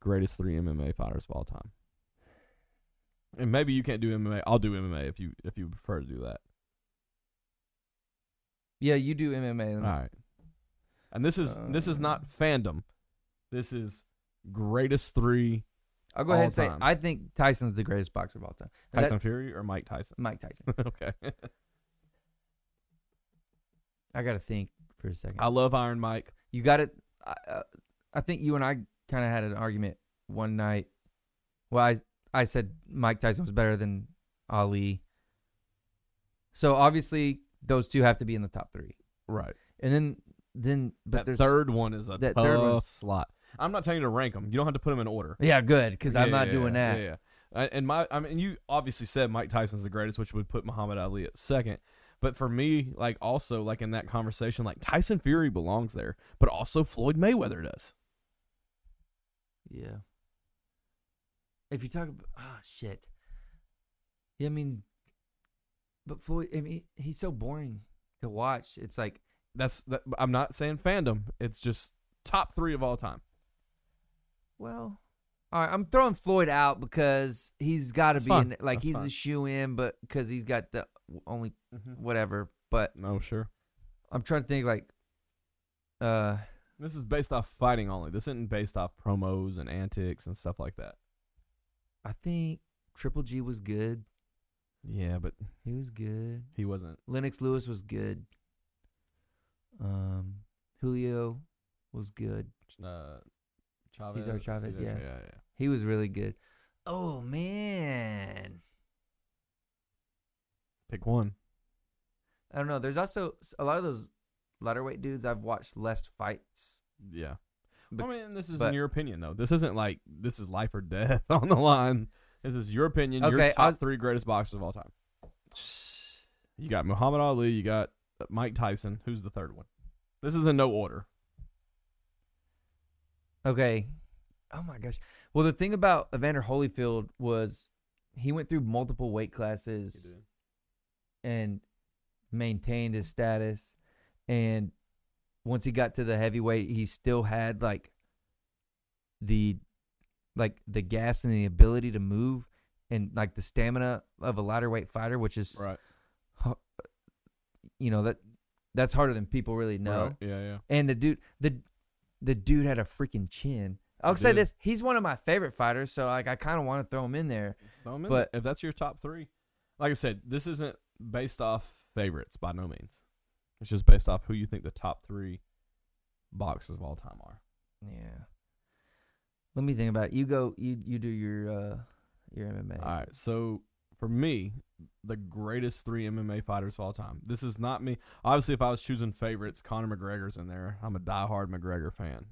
Speaker 2: greatest three MMA fighters of all time. And maybe you can't do MMA. I'll do MMA if you if you prefer to do that.
Speaker 1: Yeah, Uh. you do MMA.
Speaker 2: All right. And this is this is not fandom. This is greatest three
Speaker 1: I'll go ahead
Speaker 2: all
Speaker 1: and say
Speaker 2: time.
Speaker 1: I think Tyson's the greatest boxer of all time. And that-
Speaker 2: Tyson Fury or Mike Tyson.
Speaker 1: Mike Tyson.
Speaker 2: okay.
Speaker 1: I got to think for a second.
Speaker 2: I love Iron Mike.
Speaker 1: you got it. I, uh, I think you and I kind of had an argument one night. Well, I, I said Mike Tyson was better than Ali. So obviously, those two have to be in the top three.
Speaker 2: Right.
Speaker 1: And then, then, but
Speaker 2: that
Speaker 1: there's
Speaker 2: third one is a
Speaker 1: that
Speaker 2: tough
Speaker 1: third one's-
Speaker 2: slot. I'm not telling you to rank them. You don't have to put them in order.
Speaker 1: Yeah, good because I'm
Speaker 2: Yeah,
Speaker 1: not
Speaker 2: yeah,
Speaker 1: doing
Speaker 2: yeah,
Speaker 1: that.
Speaker 2: Yeah, yeah. I- And my, I mean, you obviously said Mike Tyson's the greatest, which would put Muhammad Ali at second. But for me, like also like in that conversation, like Tyson Fury belongs there, but also Floyd Mayweather does.
Speaker 1: Yeah. If you talk about ah shit. Yeah, I mean, but Floyd, I mean, he's so boring to watch. It's like
Speaker 2: That's that, I'm not saying fandom. It's just top three of all time.
Speaker 1: Well, all right. I'm throwing Floyd out because he's got to
Speaker 2: That's
Speaker 1: be
Speaker 2: fine.
Speaker 1: in, like
Speaker 2: That's
Speaker 1: he's
Speaker 2: fine.
Speaker 1: the shoe in, but because he's got the only whatever. But
Speaker 2: No, sure.
Speaker 1: I'm trying to think like, uh,
Speaker 2: This is based off fighting only. This isn't based off promos and antics and stuff like that.
Speaker 1: I think Triple G was good.
Speaker 2: Yeah, but
Speaker 1: He was good.
Speaker 2: he wasn't.
Speaker 1: Lennox Lewis was good. Um, Julio was good.
Speaker 2: Uh, Chavez,
Speaker 1: Cesar Chavez, yeah.
Speaker 2: yeah, yeah.
Speaker 1: He was really good. Oh man,
Speaker 2: Pick one.
Speaker 1: I don't know. There's also s- a lot of those lightweight dudes I've watched less fights.
Speaker 2: Yeah.
Speaker 1: Bec-
Speaker 2: I mean, this is in
Speaker 1: but-
Speaker 2: your opinion, though. This isn't like this is life or death on the line. This is your opinion. your
Speaker 1: Okay,
Speaker 2: top
Speaker 1: I was-
Speaker 2: three greatest boxers of all time. You got Muhammad Ali. You got uh, Mike Tyson. Who's the third one? This is in no order.
Speaker 1: Okay. Oh my gosh. Well, the thing about Evander Holyfield was he went through multiple weight classes and maintained his status. And once he got to the heavyweight, he still had like the like the gas and the ability to move and like the stamina of a lighter weight fighter, which is
Speaker 2: Right.
Speaker 1: you know that that's harder than people really know.
Speaker 2: Right. Yeah. Yeah.
Speaker 1: And the dude, the the dude had a freaking chin. I'll
Speaker 2: He
Speaker 1: say
Speaker 2: did.
Speaker 1: this: he's one of my favorite fighters, so like I kind of want to throw him in there.
Speaker 2: No, man,
Speaker 1: But-
Speaker 2: if that's your top three, like I said, this isn't based off favorites by no means. It's just based off who you think the top three boxers of all time are.
Speaker 1: Yeah. Let me think about it. You go. You you do your uh your MMA.
Speaker 2: All right, so for me, the greatest three MMA fighters of all time. This is not me. Obviously, if I was choosing favorites, Conor McGregor's in there. I'm a diehard McGregor fan,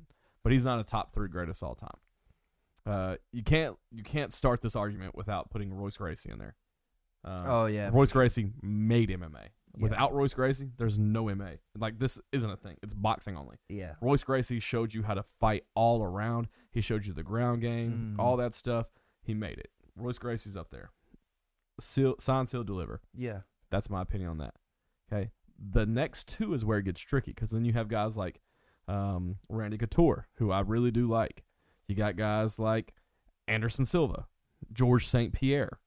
Speaker 2: but he's not a top three greatest of all time. Uh, you can't you can't start this argument without putting Royce Gracie in there. Uh,
Speaker 1: Oh yeah.
Speaker 2: Royce Gracie made MMA.
Speaker 1: Yeah.
Speaker 2: Without Royce Gracie, there's no MMA. Like this isn't a thing. It's boxing only.
Speaker 1: Yeah.
Speaker 2: Royce Gracie showed you how to fight all around. He showed you the ground game,
Speaker 1: Mhm.
Speaker 2: all that stuff. He made it. Royce Gracie's up there. Seal, sign, seal, deliver.
Speaker 1: Yeah.
Speaker 2: That's my opinion on that. Okay. The next two is where it gets tricky because then you have guys like um, Randy Couture, who I really do like. You got guys like Anderson Silva, George St. Pierre.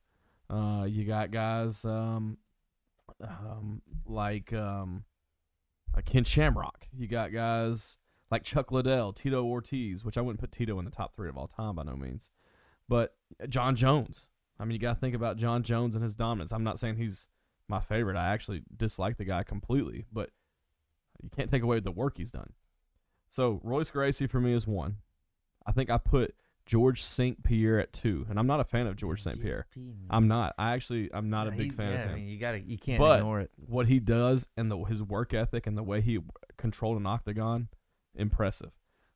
Speaker 2: Uh, you got guys um, um, like um, uh, Ken Shamrock. You got guys like Chuck Liddell, Tito Ortiz, which I wouldn't put Tito in the top three of all time by no means, but uh, John Jones. I mean, you got to think about John Jones and his dominance. I'm not saying he's my favorite. I actually dislike the guy completely, but you can't take away the work he's done. So Royce Gracie for me is one. I think I put George St. Pierre at two, and I'm not a fan of George St. Pierre. I'm not. I actually I'm not a
Speaker 1: Yeah,
Speaker 2: big
Speaker 1: he-
Speaker 2: fan
Speaker 1: yeah,
Speaker 2: of him
Speaker 1: I mean, you gotta. You can't
Speaker 2: But-
Speaker 1: ignore it.
Speaker 2: what he does and the, his work ethic and the way he controlled an octagon, impressive.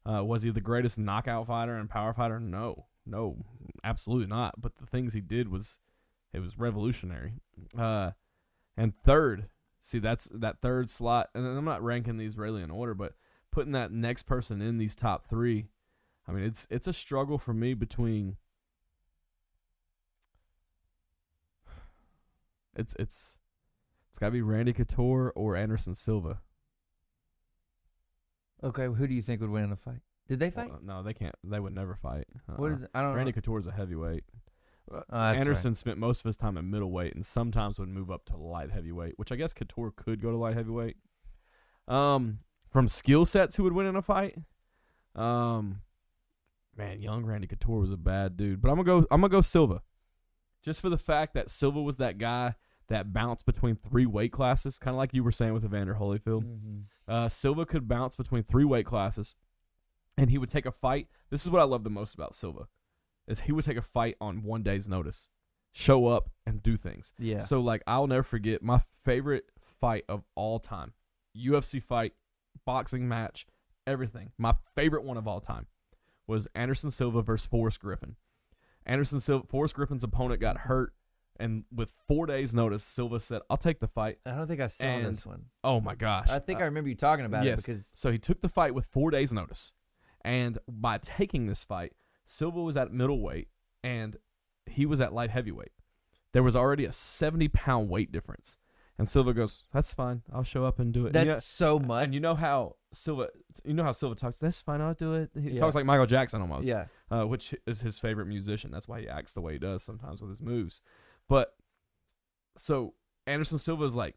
Speaker 2: Uh, was he the greatest knockout fighter and power fighter? No, no, absolutely not. But the things he did was, it was revolutionary. Uh, and third, see that's that third slot, and I'm not ranking these really in order, but putting that next person in these top three, I mean it's it's a struggle for me between. It's it's it's got to be Randy Couture or Anderson Silva.
Speaker 1: Okay. Who do you think would win in a fight? Did they fight?
Speaker 2: Well, no, they can't. They would never fight.
Speaker 1: What
Speaker 2: Uh-uh.
Speaker 1: is? It? I don't.
Speaker 2: Uh, Randy
Speaker 1: know.
Speaker 2: Couture's a heavyweight. Uh,
Speaker 1: Oh, that's right.
Speaker 2: Anderson spent most of his time at middleweight and sometimes would move up to light heavyweight, which I guess Couture could go to light heavyweight. Um, from skill sets, who would win in a fight? Um, man, young Randy Couture was a bad dude, but I'm gonna go. I'm gonna go Silva, just for the fact that Silva was that guy that bounced between three weight classes, kind of like you were saying with Evander Holyfield.
Speaker 1: Mhm.
Speaker 2: Uh, Silva could bounce between three weight classes, and he would take a fight. This is what I love the most about Silva, is he would take a fight on one day's notice, show up and do things.
Speaker 1: Yeah.
Speaker 2: So like I'll never forget my favorite fight of all time, UFC fight, boxing match, everything. My favorite one of all time was Anderson Silva versus Forrest Griffin. Anderson Silva, Forrest Griffin's opponent got hurt, and with four days' notice, Silva said, "I'll take the fight."
Speaker 1: I don't think I saw
Speaker 2: and-
Speaker 1: this one.
Speaker 2: Oh my gosh!
Speaker 1: I think I remember you talking about
Speaker 2: yes.
Speaker 1: it because
Speaker 2: So he took the fight with four days' notice. And by taking this fight, Silva was at middleweight and he was at light heavyweight. There was already a 70 pound weight difference. And Silva goes, That's fine. I'll show up and do it. And
Speaker 1: that's
Speaker 2: you know-
Speaker 1: so much.
Speaker 2: and you know how Silva, you know how Silva talks. That's fine. I'll do it. He
Speaker 1: Yeah.
Speaker 2: talks like Michael Jackson almost
Speaker 1: yeah.
Speaker 2: uh, which is his favorite musician. That's why he acts the way he does sometimes with his moves. But so Anderson Silva is like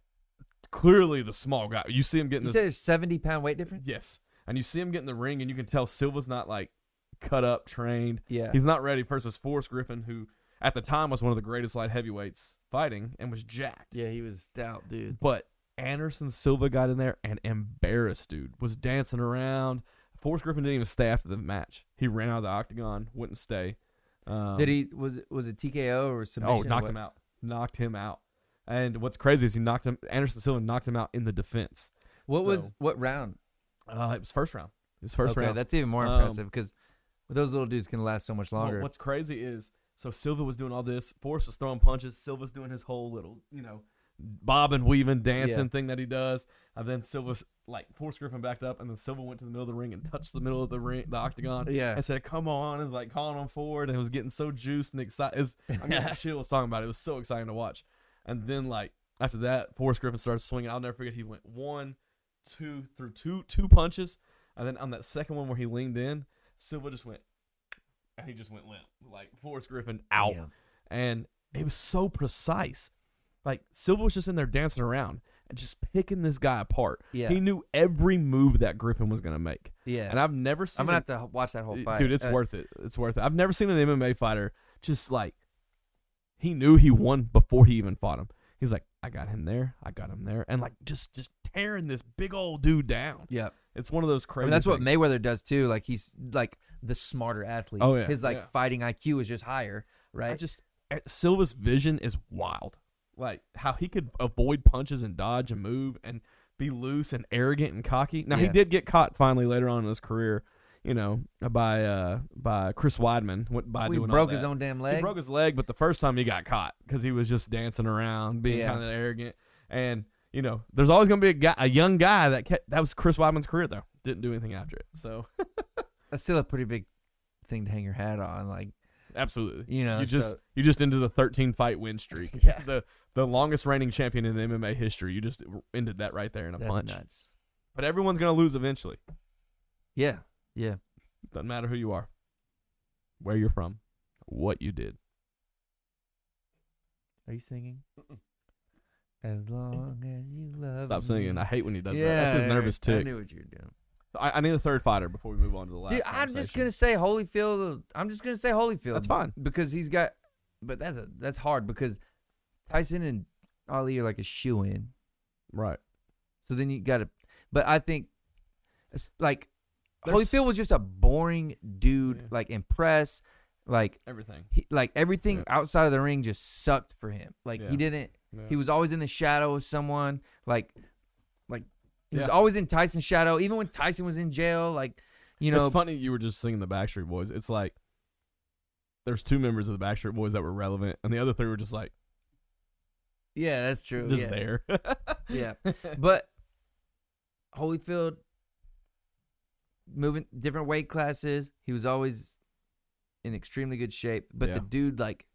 Speaker 2: clearly the small guy. You see him getting
Speaker 1: You
Speaker 2: this.
Speaker 1: said there's 70 pound weight difference.
Speaker 2: yes, and you see him get in the ring, and you can tell Silva's not like cut up, trained.
Speaker 1: Yeah.
Speaker 2: He's not ready. Versus Forrest Griffin, who at the time was one of the greatest light heavyweights fighting, and was jacked.
Speaker 1: yeah. He was stout, dude.
Speaker 2: But Anderson Silva got in there and embarrassed, dude. Was dancing around. Forrest Griffin didn't even stay after the match. He ran out of the octagon, wouldn't stay. Um,
Speaker 1: Did he was it was it TKO or submission?
Speaker 2: Oh, knocked him out. Knocked him out. And what's crazy is he knocked him. Anderson Silva knocked him out in the defense.
Speaker 1: What was
Speaker 2: So-
Speaker 1: what round?
Speaker 2: Uh, it was first round. It was first
Speaker 1: okay,
Speaker 2: round.
Speaker 1: that's even more
Speaker 2: Um,
Speaker 1: impressive because those little dudes can last so much
Speaker 2: Well,
Speaker 1: longer.
Speaker 2: what's crazy is so Silva was doing all this. Forrest was throwing punches. Silva's doing his whole little, you know, bobbing, weaving, dancing
Speaker 1: Yeah.
Speaker 2: thing that he does. And then Silva's like Forrest Griffin backed up, and then Silva went to the middle of the ring and touched the middle of the ring, the octagon.
Speaker 1: yeah.
Speaker 2: and said, "Come on!" and was like calling him forward, and was getting so juiced and excited. I mean, she was talking about it. It was so exciting to watch. And then like after that, Forrest Griffin started swinging. I'll never forget. He went one, two through two two punches, and then on that second one where he leaned in, Silva just went, and he just went limp. Like Forrest Griffin out,
Speaker 1: Yeah.
Speaker 2: and it was so precise. Like Silva was just in there dancing around. just picking this guy apart.
Speaker 1: Yeah.
Speaker 2: He knew every move that Griffin was gonna make.
Speaker 1: Yeah.
Speaker 2: And I've never seen
Speaker 1: I'm gonna
Speaker 2: an-
Speaker 1: have to watch that whole
Speaker 2: Y-
Speaker 1: fight,
Speaker 2: Dude, it's
Speaker 1: Uh,
Speaker 2: worth it. It's worth it. I've never seen an MMA fighter just like he knew he won before he even fought him. He's like, I got him there, I got him there, and like just just tearing this big old dude down.
Speaker 1: Yeah,
Speaker 2: It's one of those
Speaker 1: I
Speaker 2: crazy.
Speaker 1: mean, that's what
Speaker 2: things.
Speaker 1: Mayweather does too. Like he's like the smarter athlete.
Speaker 2: Oh, yeah,
Speaker 1: his like
Speaker 2: yeah.
Speaker 1: fighting IQ is just higher, right?
Speaker 2: I just eh, Silva's vision is wild. Like how he could avoid punches and dodge and move and be loose and arrogant and cocky. Now he
Speaker 1: Yeah.
Speaker 2: did get caught finally later on in his career, you know, by uh by Chris Weidman. Went by
Speaker 1: we
Speaker 2: doing all
Speaker 1: broke his
Speaker 2: that.
Speaker 1: own damn leg.
Speaker 2: He broke his leg, but the first time he got caught because he was just dancing around, being
Speaker 1: Yeah.
Speaker 2: kind of arrogant. And you know, there's always going to be a guy, a young guy that kept, that was Chris Weidman's career though. Didn't do anything after it. So
Speaker 1: that's still a pretty big thing to hang your hat on. Like
Speaker 2: absolutely,
Speaker 1: you know,
Speaker 2: you just
Speaker 1: so-
Speaker 2: you just into the 13 fight win streak.
Speaker 1: Yeah.
Speaker 2: the the longest reigning champion in MMA history. You just ended that right there in a
Speaker 1: that's
Speaker 2: punch.
Speaker 1: nuts.
Speaker 2: But everyone's going to lose eventually.
Speaker 1: Yeah, yeah.
Speaker 2: Doesn't matter who you are, where you're from, what you did.
Speaker 1: Are you singing? As long as you love.
Speaker 2: Stop
Speaker 1: me.
Speaker 2: singing. I hate when he does that. That's his
Speaker 1: Yeah,
Speaker 2: nervous
Speaker 1: I
Speaker 2: tick.
Speaker 1: knew what you were doing.
Speaker 2: I, I need a third fighter before we move on to the last.
Speaker 1: Dude, I'm just
Speaker 2: conversation.
Speaker 1: gonna say Holyfield. I'm just gonna say Holyfield.
Speaker 2: That's fine.
Speaker 1: because he's got. But that's a that's hard because Tyson and Ali are like a shoe in.
Speaker 2: Right.
Speaker 1: So then you gotta. But I think, it's like,
Speaker 2: There's-
Speaker 1: Holyfield was just a boring dude.
Speaker 2: Yeah.
Speaker 1: Like impress, like
Speaker 2: Everything.
Speaker 1: he, like everything
Speaker 2: Yeah.
Speaker 1: outside of the ring just sucked for him. Like
Speaker 2: Yeah.
Speaker 1: he didn't. He was always in the shadow of someone. Like, like he was
Speaker 2: Yeah.
Speaker 1: always in Tyson's shadow. Even when Tyson was in jail, like you know,
Speaker 2: it's funny you were just singing the Backstreet Boys. It's like there's two members of the Backstreet Boys that were relevant, and the other three were just like
Speaker 1: yeah, that's true.
Speaker 2: just
Speaker 1: yeah.
Speaker 2: there.
Speaker 1: yeah. But Holyfield moving different weight classes, he was always in extremely good shape, but
Speaker 2: Yeah.
Speaker 1: the dude like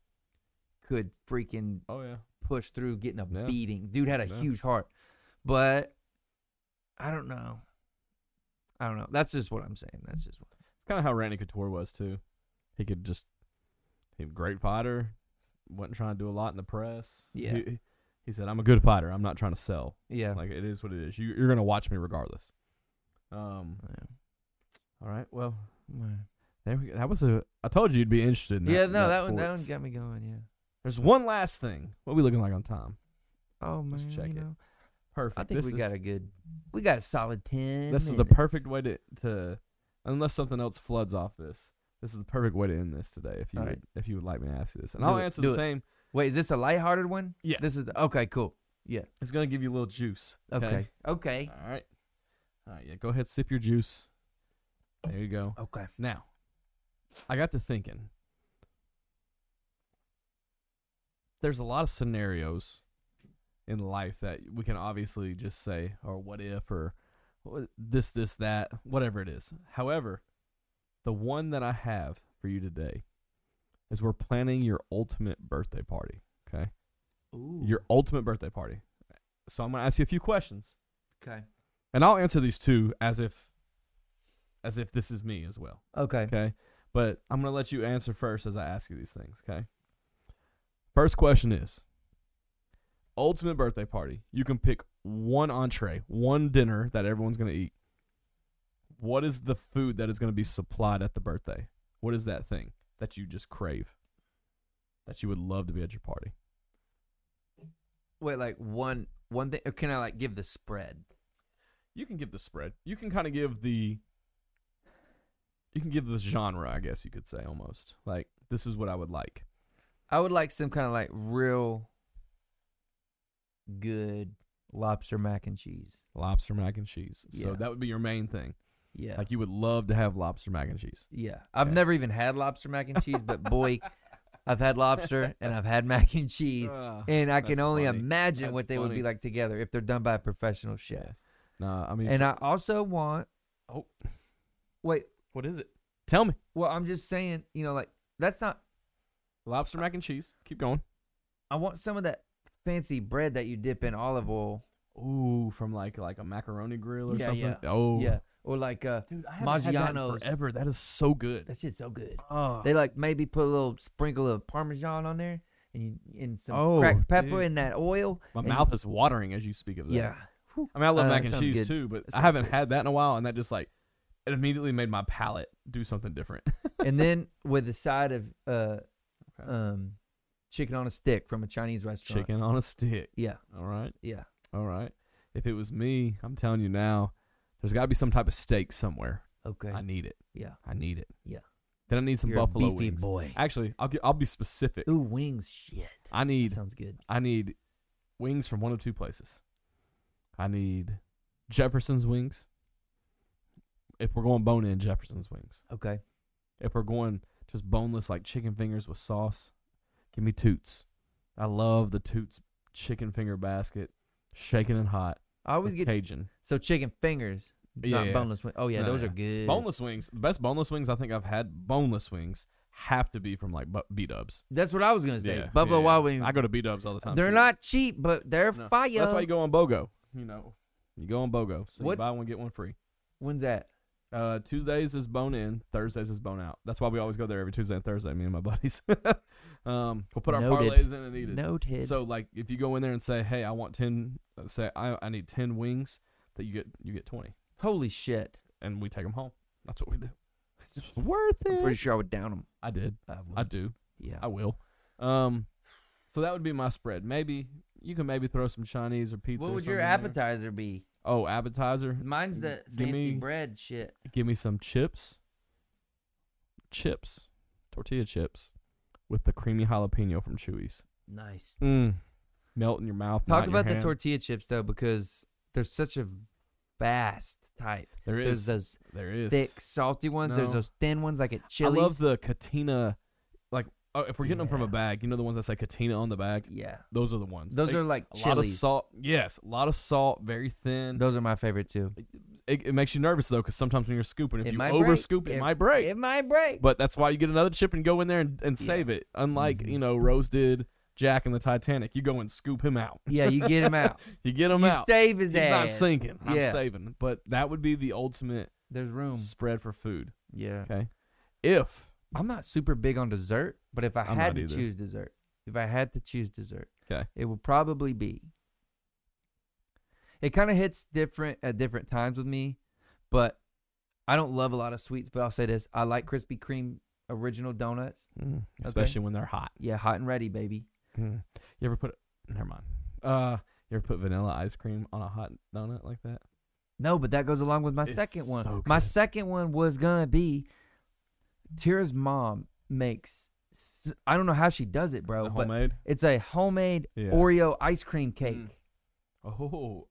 Speaker 1: could freaking
Speaker 2: oh yeah.
Speaker 1: push through getting a
Speaker 2: Yeah.
Speaker 1: beating. Dude had a
Speaker 2: Yeah.
Speaker 1: huge heart. But I don't know. I don't know. That's just what I'm saying. That's just what
Speaker 2: It's kind of how Randy Couture was too. He could just he was a great fighter. wasn't trying to do a lot in the press.
Speaker 1: Yeah.
Speaker 2: He, he said, "I'm a good fighter. I'm not trying to sell.
Speaker 1: Yeah.
Speaker 2: Like it is what it is. You, you're gonna watch me regardless." Um.
Speaker 1: Yeah.
Speaker 2: All right. Well,
Speaker 1: Mm.
Speaker 2: there we go. That was a. I told you you'd be interested in that.
Speaker 1: yeah, no, that one that one
Speaker 2: sports.
Speaker 1: got me going, yeah.
Speaker 2: There's one last thing. What we looking like on time?
Speaker 1: Oh man,
Speaker 2: Let's check
Speaker 1: you
Speaker 2: it.
Speaker 1: know,
Speaker 2: Perfect.
Speaker 1: I think
Speaker 2: this
Speaker 1: we
Speaker 2: is,
Speaker 1: got a good we got a solid ten.
Speaker 2: This is the
Speaker 1: minutes.
Speaker 2: perfect way to, to, unless something else floods off this. This is the perfect way to end this today. If you
Speaker 1: All
Speaker 2: would,
Speaker 1: right.
Speaker 2: if you would like me to ask you this, and
Speaker 1: Do
Speaker 2: I'll
Speaker 1: it,
Speaker 2: answer
Speaker 1: do
Speaker 2: the
Speaker 1: it.
Speaker 2: same.
Speaker 1: Wait, is this a lighthearted one?
Speaker 2: Yeah.
Speaker 1: This is the, okay. Cool. Yeah.
Speaker 2: It's gonna give you a little juice.
Speaker 1: Okay. Okay.
Speaker 2: All right. All right. Yeah. Go ahead. Sip your juice. There you go.
Speaker 1: Okay.
Speaker 2: Now, I got to thinking. There's a lot of scenarios in life that we can obviously just say, or what if, or wha- this, this, that, whatever it is. However, the one that I have for you today is we're planning your ultimate birthday party. Okay.
Speaker 1: Ooh.
Speaker 2: Your ultimate birthday party. So I'm going to ask you a few questions
Speaker 1: okay.
Speaker 2: and I'll answer these two as if, as if this is me as well.
Speaker 1: Okay.
Speaker 2: Okay. But I'm going to let you answer first as I ask you these things. Okay. First question is Ultimate birthday party. You can pick one entree, one dinner that everyone's going to eat. What is the food that is going to be supplied at the birthday? What is that thing that you just crave? That you would love to be at your party?
Speaker 1: Wait, like one one thing. Or can I like give the spread?
Speaker 2: You can give the spread. You can kind of give the. You can give the genre, I guess you could say almost. Like, this is what I would like.
Speaker 1: I would like some kind of like real good lobster mac and cheese.
Speaker 2: lobster mac and cheese. So
Speaker 1: Yeah.
Speaker 2: that would be your main thing.
Speaker 1: Yeah.
Speaker 2: Like you would love to have lobster mac and cheese.
Speaker 1: yeah. I've
Speaker 2: okay.
Speaker 1: never even had lobster mac and cheese, but boy, I've had lobster and I've had mac and cheese.
Speaker 2: Uh,
Speaker 1: And I can
Speaker 2: that's
Speaker 1: only
Speaker 2: funny.
Speaker 1: imagine
Speaker 2: That's
Speaker 1: what they would
Speaker 2: funny.
Speaker 1: be like together if they're done by a professional chef.
Speaker 2: nah, I mean,
Speaker 1: And I also want.
Speaker 2: Oh.
Speaker 1: Wait.
Speaker 2: what is it? Tell me.
Speaker 1: Well, I'm just saying, you know, like that's not.
Speaker 2: Lobster mac and cheese. Keep going.
Speaker 1: I want some of that fancy bread that you dip in olive oil.
Speaker 2: Ooh, from like like a macaroni grill or
Speaker 1: Yeah,
Speaker 2: something.
Speaker 1: yeah.
Speaker 2: Oh,
Speaker 1: Yeah. Or like, uh,
Speaker 2: Dude, I haven't had that in
Speaker 1: Maggiano's.
Speaker 2: forever. That is so good.
Speaker 1: that shit's so good.
Speaker 2: Oh,
Speaker 1: They like maybe put a little sprinkle of Parmesan on there, and you in some
Speaker 2: Oh,
Speaker 1: cracked pepper
Speaker 2: dude.
Speaker 1: in that oil.
Speaker 2: My
Speaker 1: and-
Speaker 2: mouth is watering as you speak of that.
Speaker 1: Yeah.
Speaker 2: I mean, I love
Speaker 1: Uh,
Speaker 2: mac
Speaker 1: that
Speaker 2: and
Speaker 1: sounds
Speaker 2: cheese
Speaker 1: good.
Speaker 2: too, but
Speaker 1: That
Speaker 2: I
Speaker 1: sounds
Speaker 2: haven't
Speaker 1: good.
Speaker 2: had that in a while, and that just like it immediately made my palate do something different.
Speaker 1: and then with a side of uh,
Speaker 2: Okay.
Speaker 1: um, chicken on a stick from a Chinese restaurant.
Speaker 2: Chicken on a stick.
Speaker 1: Yeah,
Speaker 2: All right,
Speaker 1: yeah.
Speaker 2: all right. If it was me, I'm telling you now, there's got to be some type of steak somewhere.
Speaker 1: Okay.
Speaker 2: I need it.
Speaker 1: yeah.
Speaker 2: I need it.
Speaker 1: Yeah.
Speaker 2: Then I need some
Speaker 1: You're a
Speaker 2: buffalo
Speaker 1: beefy
Speaker 2: wings.
Speaker 1: boy.
Speaker 2: Actually, I'll get, I'll be specific.
Speaker 1: Ooh, wings. Shit.
Speaker 2: I need
Speaker 1: Sounds good.
Speaker 2: I need wings from one of two places. I need Jefferson's wings. If we're going bone in, Jefferson's wings.
Speaker 1: Okay.
Speaker 2: If we're going just boneless, like chicken fingers with sauce, give me Toots. I love the Toots chicken finger basket, shaking and hot.
Speaker 1: I always
Speaker 2: with
Speaker 1: get
Speaker 2: Cajun.
Speaker 1: so chicken fingers,
Speaker 2: Yeah,
Speaker 1: not
Speaker 2: yeah.
Speaker 1: boneless. Wing. Oh yeah,
Speaker 2: No,
Speaker 1: those
Speaker 2: yeah.
Speaker 1: are good.
Speaker 2: Boneless wings, the best boneless wings I think I've had. Boneless wings have to be from like B Dubs.
Speaker 1: That's what I was gonna say.
Speaker 2: Yeah,
Speaker 1: Buffalo
Speaker 2: yeah, yeah.
Speaker 1: Wild Wings.
Speaker 2: I go to B Dubs all the time.
Speaker 1: they're
Speaker 2: too.
Speaker 1: not cheap, but they're
Speaker 2: No.
Speaker 1: fire.
Speaker 2: That's why you go on BOGO. You know, you go on BOGO. So you
Speaker 1: What-
Speaker 2: buy one get one free.
Speaker 1: When's that?
Speaker 2: Uh, Tuesdays is bone in, Thursdays is bone out. That's why we always go there every Tuesday and Thursday. Me and my buddies. um, we'll put our
Speaker 1: Noted.
Speaker 2: parlays in and eat it.
Speaker 1: Noted.
Speaker 2: So like, if you go in there and say, "Hey, I want ten," uh, say I, I need ten wings, that you get you get twenty,
Speaker 1: Holy shit!
Speaker 2: and we take them home. That's what we do. It's worth
Speaker 1: I'm pretty
Speaker 2: it.
Speaker 1: sure I would down them.
Speaker 2: I did.
Speaker 1: I
Speaker 2: I
Speaker 1: would.
Speaker 2: do.
Speaker 1: yeah.
Speaker 2: I will. Um, so that would be my spread. Maybe you can maybe throw some Chinese or pizza.
Speaker 1: what
Speaker 2: or
Speaker 1: would your
Speaker 2: something in there.
Speaker 1: appetizer be?
Speaker 2: Oh, appetizer.
Speaker 1: Mine's the
Speaker 2: Give
Speaker 1: fancy
Speaker 2: me-
Speaker 1: bread shit.
Speaker 2: Give me some chips. Chips. Tortilla chips with the creamy jalapeno from Chewy's.
Speaker 1: Nice.
Speaker 2: Mm. Melt in your mouth.
Speaker 1: Talk
Speaker 2: melt in your
Speaker 1: about the
Speaker 2: hand.
Speaker 1: tortilla chips though, because there's such a vast type.
Speaker 2: There
Speaker 1: There's
Speaker 2: is.
Speaker 1: those
Speaker 2: there is.
Speaker 1: thick, salty ones. There's
Speaker 2: No.
Speaker 1: those thin ones like at
Speaker 2: I
Speaker 1: Chili's.
Speaker 2: love the Katina. Like, oh, if we're getting them from a
Speaker 1: Yeah.
Speaker 2: bag, you know the ones that say Katina on the bag?
Speaker 1: yeah.
Speaker 2: Those are the ones.
Speaker 1: Those
Speaker 2: They-
Speaker 1: are like
Speaker 2: a lot of
Speaker 1: Chili's.
Speaker 2: salt. Yes, a lot of salt, very thin.
Speaker 1: Those are my favorite too.
Speaker 2: It, it makes you nervous though, because sometimes when you're scooping, if
Speaker 1: It
Speaker 2: you
Speaker 1: might
Speaker 2: over
Speaker 1: break.
Speaker 2: scoop, it, might break.
Speaker 1: It might break.
Speaker 2: But that's why you get another chip and go in there and, and
Speaker 1: Yeah.
Speaker 2: save it. Unlike,
Speaker 1: Mhm.
Speaker 2: you know, Rose did Jack in the Titanic. You go and scoop him out.
Speaker 1: yeah, you get them out.
Speaker 2: You get him
Speaker 1: you
Speaker 2: out.
Speaker 1: save his
Speaker 2: He's not
Speaker 1: ass.
Speaker 2: sinking. I'm
Speaker 1: Yeah.
Speaker 2: saving. But that would be the ultimate
Speaker 1: There's room.
Speaker 2: spread for food.
Speaker 1: Yeah.
Speaker 2: Okay. If
Speaker 1: I'm not super big on dessert, but if I
Speaker 2: I'm
Speaker 1: had
Speaker 2: not
Speaker 1: to
Speaker 2: either.
Speaker 1: choose dessert, if I had to choose dessert,
Speaker 2: 'Kay.
Speaker 1: it would probably be. It kind of hits different at different times with me, but I don't love a lot of sweets. But I'll say this: I like Krispy Kreme original donuts.
Speaker 2: especially when they're hot.
Speaker 1: Yeah, hot and ready, baby.
Speaker 2: Mm. You ever put never mind. Uh you ever put vanilla ice cream on a hot donut like that?
Speaker 1: No, but that goes along with my
Speaker 2: It's
Speaker 1: second one.
Speaker 2: so
Speaker 1: my
Speaker 2: good.
Speaker 1: second one was gonna be Tira's mom makes. s- I don't know how she does it, bro.
Speaker 2: Is it
Speaker 1: but
Speaker 2: homemade?
Speaker 1: It's a homemade
Speaker 2: Yeah.
Speaker 1: Oreo ice cream cake.
Speaker 2: Mm. Oh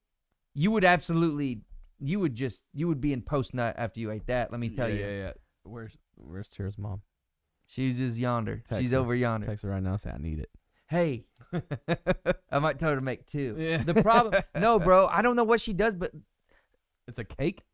Speaker 1: You would absolutely, you would just, you would be in post nut after you ate that. Let me tell
Speaker 2: yeah,
Speaker 1: you,
Speaker 2: Yeah, yeah. Where's where's Tira's mom?
Speaker 1: she's just yonder.
Speaker 2: Text
Speaker 1: she's
Speaker 2: her.
Speaker 1: over yonder.
Speaker 2: Text her right now, and say I need
Speaker 1: Hey,
Speaker 2: it.
Speaker 1: I might tell her to make two.
Speaker 2: Yeah.
Speaker 1: The problem, no, bro, I don't know what she does, but
Speaker 2: it's a cake?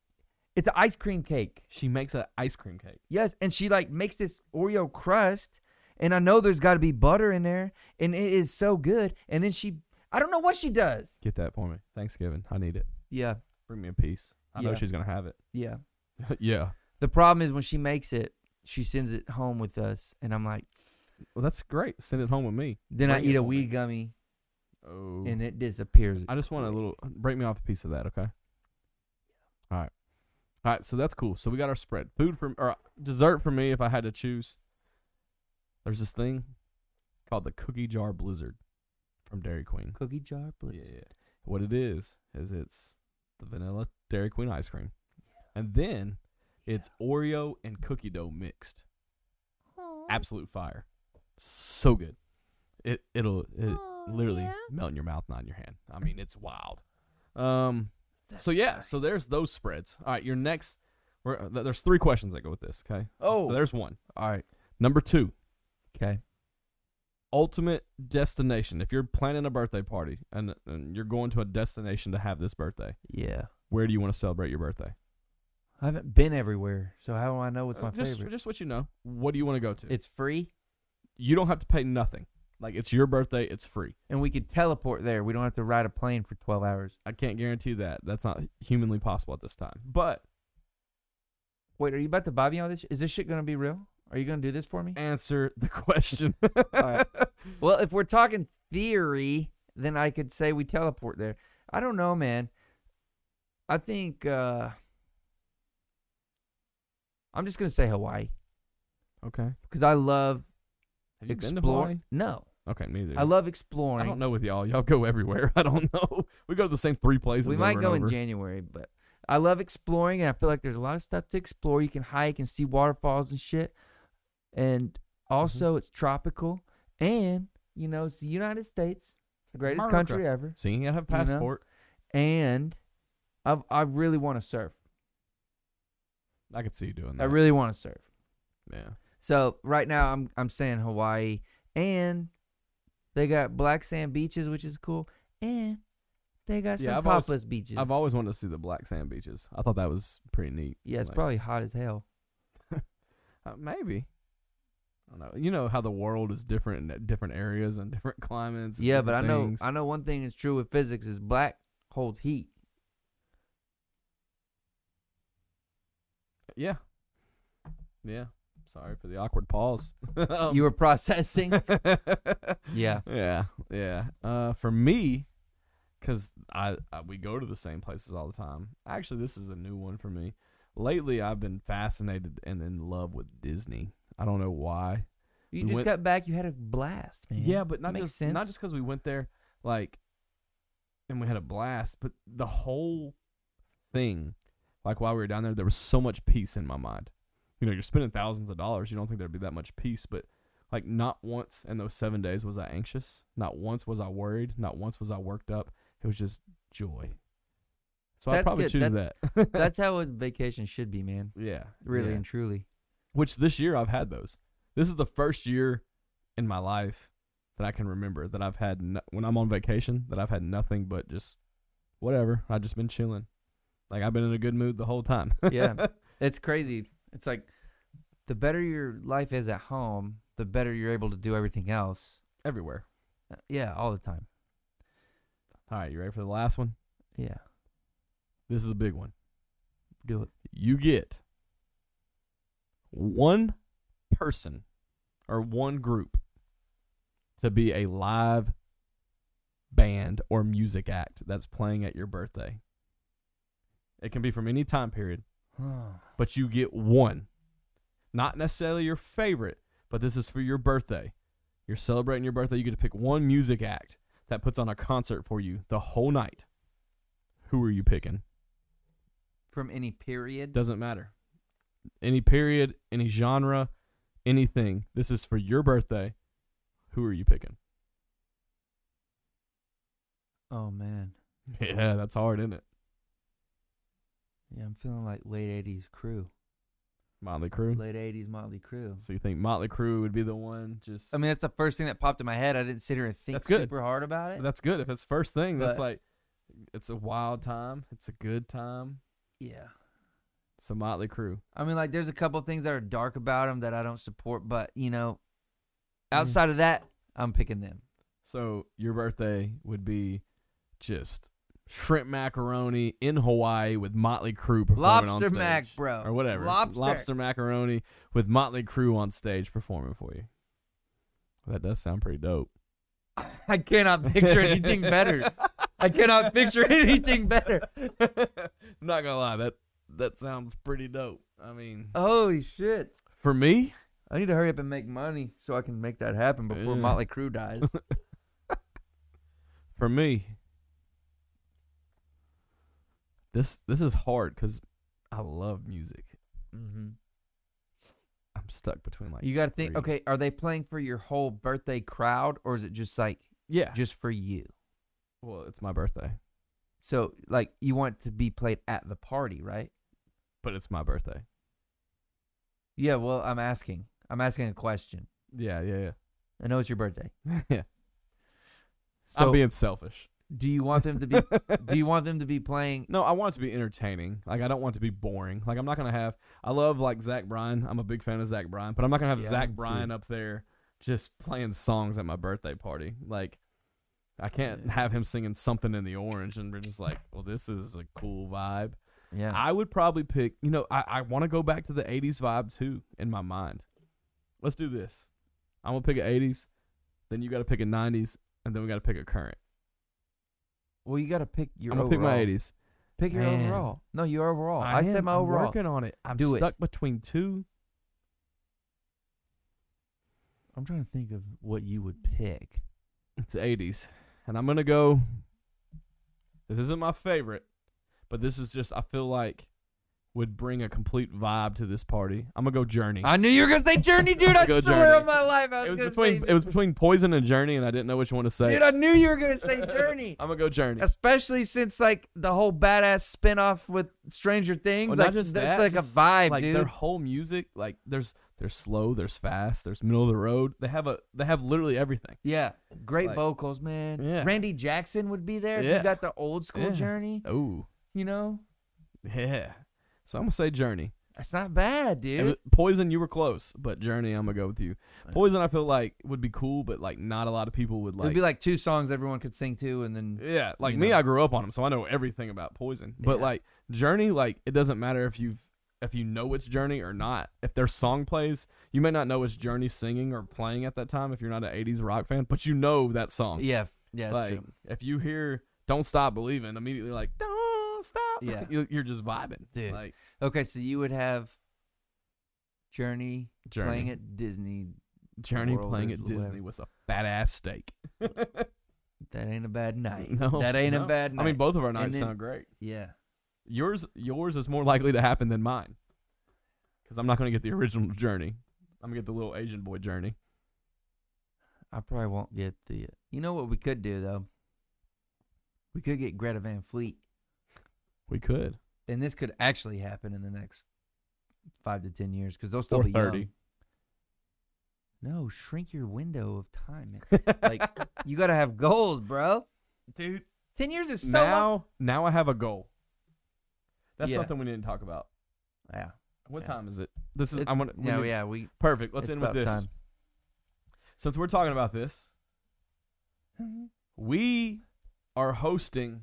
Speaker 1: it's an ice cream cake.
Speaker 2: She makes an ice cream cake.
Speaker 1: Yes, and she like makes this Oreo crust, and I know there's got to be butter in there, and it is so good. And then she, I don't know what she does.
Speaker 2: Get that for me. Thanksgiving. I need it.
Speaker 1: Yeah,
Speaker 2: Bring me a piece. I know
Speaker 1: Yeah.
Speaker 2: she's gonna have it.
Speaker 1: yeah.
Speaker 2: yeah.
Speaker 1: The problem is when she makes it, she sends it home with us, and I'm like.
Speaker 2: Well, that's great. Send it home with me.
Speaker 1: Then I
Speaker 2: Bring it
Speaker 1: eat a
Speaker 2: for me.
Speaker 1: weed gummy
Speaker 2: Oh.
Speaker 1: and it disappears.
Speaker 2: I just want a little. Break me off a piece of that, okay? All right. All right. So that's cool. So we got our spread. Food for or dessert for me. If I had to choose, there's this thing called the cookie jar blizzard from Dairy Queen.
Speaker 1: cookie jar, please.
Speaker 2: Yeah. What it is is it's the vanilla Dairy Queen ice cream, and then it's Oreo and cookie dough mixed. Absolute fire. So good. It it'll it literally melt in your mouth, not in your hand. I mean, it's wild. Um. So yeah. So there's those spreads. All right. Your next. We're, uh, th- there's three questions that go with this. Okay.
Speaker 1: Oh.
Speaker 2: So there's one.
Speaker 1: All right.
Speaker 2: Number two.
Speaker 1: Okay.
Speaker 2: ultimate destination. If you're planning a birthday party and, and you're going to a destination to have this birthday,
Speaker 1: Yeah.
Speaker 2: where do you want to celebrate your birthday?
Speaker 1: I haven't been everywhere, so how do I know what's my
Speaker 2: Uh, just,
Speaker 1: favorite?
Speaker 2: Just what you know. What do you want to go to?
Speaker 1: It's free,
Speaker 2: you don't have to pay nothing. Like it's your birthday. It's free.
Speaker 1: and we could teleport there. We don't have to ride a plane for twelve hours.
Speaker 2: I can't guarantee that. That's not humanly possible at this time. But
Speaker 1: Wait, are you about to buy me all this? sh- Is this shit gonna be real? Are you gonna do this for me?
Speaker 2: Answer the question.
Speaker 1: All right. Well, if we're talking theory, then I could say we teleport there. I don't know, man. I think uh I'm just gonna say Hawaii
Speaker 2: okay.
Speaker 1: because I love
Speaker 2: Have you been to Hawaii?
Speaker 1: exploring. No,
Speaker 2: Okay, me neither.
Speaker 1: I love
Speaker 2: I
Speaker 1: exploring.
Speaker 2: don't know with y'all. Y'all go everywhere. I don't know. We go to the same three places.
Speaker 1: we might
Speaker 2: over
Speaker 1: go
Speaker 2: and
Speaker 1: in
Speaker 2: over.
Speaker 1: January, but I love exploring, and I feel like there's a lot of stuff to explore. You can hike and see waterfalls and shit, and
Speaker 2: Mm-hmm.
Speaker 1: also it's tropical, and you know it's the United States, the greatest
Speaker 2: America.
Speaker 1: country ever,
Speaker 2: Seeing I have
Speaker 1: You know?
Speaker 2: passport.
Speaker 1: and I I really want to surf.
Speaker 2: I could see you doing that.
Speaker 1: I really want to surf.
Speaker 2: yeah.
Speaker 1: So right now I'm I'm saying Hawaii, and they got black sand beaches, which is cool, and they got some
Speaker 2: Yeah, I've always-
Speaker 1: topless beaches.
Speaker 2: I've always wanted to see the black sand beaches. I thought that was pretty neat.
Speaker 1: yeah, it's
Speaker 2: like-
Speaker 1: probably hot as hell.
Speaker 2: Uh, maybe. I don't know. You know how the world is different in uh, different areas and different climates. and
Speaker 1: Yeah, but I
Speaker 2: different
Speaker 1: know
Speaker 2: things.
Speaker 1: I know one thing is true with physics is black holds heat.
Speaker 2: Yeah. Yeah. Sorry for the awkward pause. Um,
Speaker 1: you were processing. yeah.
Speaker 2: yeah, yeah. Uh, for me, because I, I we go to the same places all the time. Actually, this is a new one for me. Lately, I've been fascinated and in love with Disney. I don't know why.
Speaker 1: You
Speaker 2: We
Speaker 1: just
Speaker 2: went-
Speaker 1: got back, you had a blast, man.
Speaker 2: Yeah, but not
Speaker 1: Makes
Speaker 2: just not just
Speaker 1: sense.
Speaker 2: because we went there, like, and we had a blast, but the whole thing, like while we were down there, there was so much peace in my mind. You know, you're spending thousands of dollars. You don't think there'd be that much peace, but like not once in those seven days was I anxious. Not once was I worried. Not once was I worked up. It was just joy. So I
Speaker 1: That's
Speaker 2: probably
Speaker 1: good.
Speaker 2: choose
Speaker 1: That's-
Speaker 2: that.
Speaker 1: That's how a vacation should be, man.
Speaker 2: yeah,
Speaker 1: Really
Speaker 2: yeah
Speaker 1: and truly.
Speaker 2: which this year I've had those. This is the first year in my life that I can remember that I've had no- when I'm on vacation that I've had nothing but just whatever. I've just been chilling. Like I've been in a good mood the whole time.
Speaker 1: Yeah. It's crazy. It's like the better your life is at home, the better you're able to do everything else.
Speaker 2: Everywhere.
Speaker 1: Uh, Yeah, all the time.
Speaker 2: All right, you ready for the last one?
Speaker 1: Yeah.
Speaker 2: This is a big one.
Speaker 1: Do it.
Speaker 2: You get one person or one group to be a live band or music act that's playing at your birthday. It can be from any time period. but you get one. Not necessarily your favorite, but this is for your birthday. You're celebrating your birthday. You get to pick one music act that puts on a concert for you the whole night. Who are you picking?
Speaker 1: From any period.
Speaker 2: Doesn't matter. Any period, any genre, anything. This is for your birthday. Who are you picking?
Speaker 1: Oh man.
Speaker 2: Yeah, that's hard, isn't it?
Speaker 1: Yeah, I'm feeling like late eighties crew.
Speaker 2: Motley Crue.
Speaker 1: Late eighties Motley Crew.
Speaker 2: So you think Motley Crue would be the one? Just
Speaker 1: I mean, that's the first thing that popped in my head. I didn't sit here and think
Speaker 2: That's good.
Speaker 1: super hard about it.
Speaker 2: that's good. If it's first thing, that's
Speaker 1: But-
Speaker 2: like it's a wild time. It's a good time.
Speaker 1: Yeah.
Speaker 2: So Motley Crue.
Speaker 1: I mean, like, there's a couple things that are dark about them that I don't support, but you know,
Speaker 2: Mm-hmm.
Speaker 1: outside of that, I'm picking them.
Speaker 2: So your birthday would be just shrimp macaroni in Hawaii with Motley Crue performing on
Speaker 1: Lobster
Speaker 2: stage.
Speaker 1: mac, bro.
Speaker 2: Or whatever.
Speaker 1: Lobster.
Speaker 2: macaroni with Motley Crue on stage performing for you. That does sound pretty dope.
Speaker 1: I cannot picture anything better. I cannot picture anything better.
Speaker 2: I'm not gonna lie, that that sounds pretty dope. I mean
Speaker 1: Holy shit!
Speaker 2: for me,
Speaker 1: I need to hurry up and make money so I can make that happen before
Speaker 2: Yeah.
Speaker 1: Motley Crue dies.
Speaker 2: for me this this is hard because I love music.
Speaker 1: mm-hmm.
Speaker 2: I'm stuck between like
Speaker 1: You got to think.
Speaker 2: three.
Speaker 1: Okay, are they playing for your whole birthday crowd, or is it just like
Speaker 2: Yeah.
Speaker 1: just for you?
Speaker 2: Well, it's my birthday.
Speaker 1: So, like, you want it to be played at the party, right?
Speaker 2: but it's my birthday.
Speaker 1: Yeah. Well, I'm asking. I'm asking a question.
Speaker 2: Yeah, yeah,
Speaker 1: I know it's your birthday.
Speaker 2: yeah. yeah.
Speaker 1: So,
Speaker 2: I'm being selfish.
Speaker 1: do you want them to be? do you want them to be playing?
Speaker 2: no, I want it to be entertaining. Like I don't want it to be boring. Like I'm not gonna have. I love like Zach Bryan. I'm a big fan of Zach Bryan, but I'm not gonna have
Speaker 1: Yeah,
Speaker 2: Zach
Speaker 1: me too.
Speaker 2: Bryan up there just playing songs at my birthday party. Like I can't
Speaker 1: Yeah.
Speaker 2: have him singing something in the orange, and we're just like, well, this is a cool vibe.
Speaker 1: Yeah.
Speaker 2: I would probably pick. You know, I I want to go back to the '80s vibe too in my mind. Let's do this. I'm gonna pick an '80s, then you got to pick a '90s, and then we got to pick a current.
Speaker 1: Well, you got to pick your.
Speaker 2: I'm gonna pick my
Speaker 1: overall.
Speaker 2: '80s.
Speaker 1: Pick your
Speaker 2: Man.
Speaker 1: overall. No, your
Speaker 2: Oh,
Speaker 1: overall. I, said
Speaker 2: am-
Speaker 1: my
Speaker 2: I'm
Speaker 1: overall.
Speaker 2: Working on it. I'm
Speaker 1: Do it.
Speaker 2: stuck between two.
Speaker 1: I'm trying to think of what you would pick.
Speaker 2: It's '80s, and I'm gonna go. This isn't my favorite, but this is just I feel like would bring a complete vibe to this party. I'm gonna go Journey.
Speaker 1: I knew you were gonna say Journey, dude. I
Speaker 2: Go
Speaker 1: swear
Speaker 2: Journey.
Speaker 1: on my life, I was,
Speaker 2: it was
Speaker 1: gonna
Speaker 2: between
Speaker 1: say.
Speaker 2: it was between Poison and Journey, and I didn't know which one to say.
Speaker 1: dude, I knew you were gonna say Journey.
Speaker 2: I'm gonna go Journey.
Speaker 1: Especially since like the whole badass spinoff with Stranger Things,
Speaker 2: Well,
Speaker 1: like
Speaker 2: not just
Speaker 1: that's
Speaker 2: that,
Speaker 1: like
Speaker 2: just,
Speaker 1: a vibe,
Speaker 2: like
Speaker 1: dude.
Speaker 2: their whole music, like there's there's slow, there's fast, there's middle of the road. They have a they have literally everything.
Speaker 1: Yeah, great
Speaker 2: Like-
Speaker 1: vocals, man.
Speaker 2: Yeah.
Speaker 1: Randy Jackson would be there. if You
Speaker 2: Yeah.
Speaker 1: got the old school
Speaker 2: Yeah.
Speaker 1: Journey.
Speaker 2: Oh
Speaker 1: You know,
Speaker 2: yeah. So I'm gonna say Journey.
Speaker 1: that's not bad,
Speaker 2: It
Speaker 1: dude.
Speaker 2: was- Poison, you were close, but Journey, I'm gonna go with you. Poison, I feel like would be cool, but like not a lot of people would like.
Speaker 1: It'd be like two songs everyone could sing to, and then
Speaker 2: yeah, like
Speaker 1: you
Speaker 2: me,
Speaker 1: know.
Speaker 2: I grew up on them, so I know everything about Poison. But
Speaker 1: Yeah.
Speaker 2: like Journey, like it doesn't matter if you've if you know it's Journey or not. If their song plays, you may not know it's Journey singing or playing at that time if you're not an '80s rock fan, but you know that song.
Speaker 1: yeah, yeah, that's
Speaker 2: like
Speaker 1: true.
Speaker 2: if you hear "Don't Stop Believing," immediately like "Don't Stop,"
Speaker 1: Yeah.
Speaker 2: you, you're just vibing.
Speaker 1: Dude.
Speaker 2: Like
Speaker 1: Okay, so you would have Journey,
Speaker 2: Journey,
Speaker 1: playing at Disney.
Speaker 2: Journey
Speaker 1: World
Speaker 2: playing
Speaker 1: is
Speaker 2: at
Speaker 1: the way.
Speaker 2: Disney with a fat ass steak.
Speaker 1: That ain't a bad night.
Speaker 2: No,
Speaker 1: that ain't
Speaker 2: no.
Speaker 1: a bad night.
Speaker 2: I mean, both of our nights
Speaker 1: then-
Speaker 2: sound great.
Speaker 1: yeah,
Speaker 2: Yours, yours is more likely to happen than mine, because I'm not going to get the original Journey. I'm gonna get the little Asian boy Journey.
Speaker 1: I probably won't get the. You know what we could do though? We could get Greta Van Fleet,
Speaker 2: We could.
Speaker 1: and this could actually happen in the next five to ten years because they'll still
Speaker 2: Or
Speaker 1: be
Speaker 2: 30.
Speaker 1: young. No, shrink your window of time. man. Like you gotta have goals, bro.
Speaker 2: dude,
Speaker 1: Ten years is so
Speaker 2: now
Speaker 1: long.
Speaker 2: now I have a goal. That's
Speaker 1: Yeah.
Speaker 2: something we didn't talk about.
Speaker 1: Yeah,
Speaker 2: What
Speaker 1: Yeah.
Speaker 2: time is it? This is.
Speaker 1: it's,
Speaker 2: I'm gonna. we
Speaker 1: yeah,
Speaker 2: need-
Speaker 1: yeah. We
Speaker 2: Perfect. Let's
Speaker 1: it's
Speaker 2: end with
Speaker 1: about
Speaker 2: this.
Speaker 1: time.
Speaker 2: Since we're talking about this, we are hosting.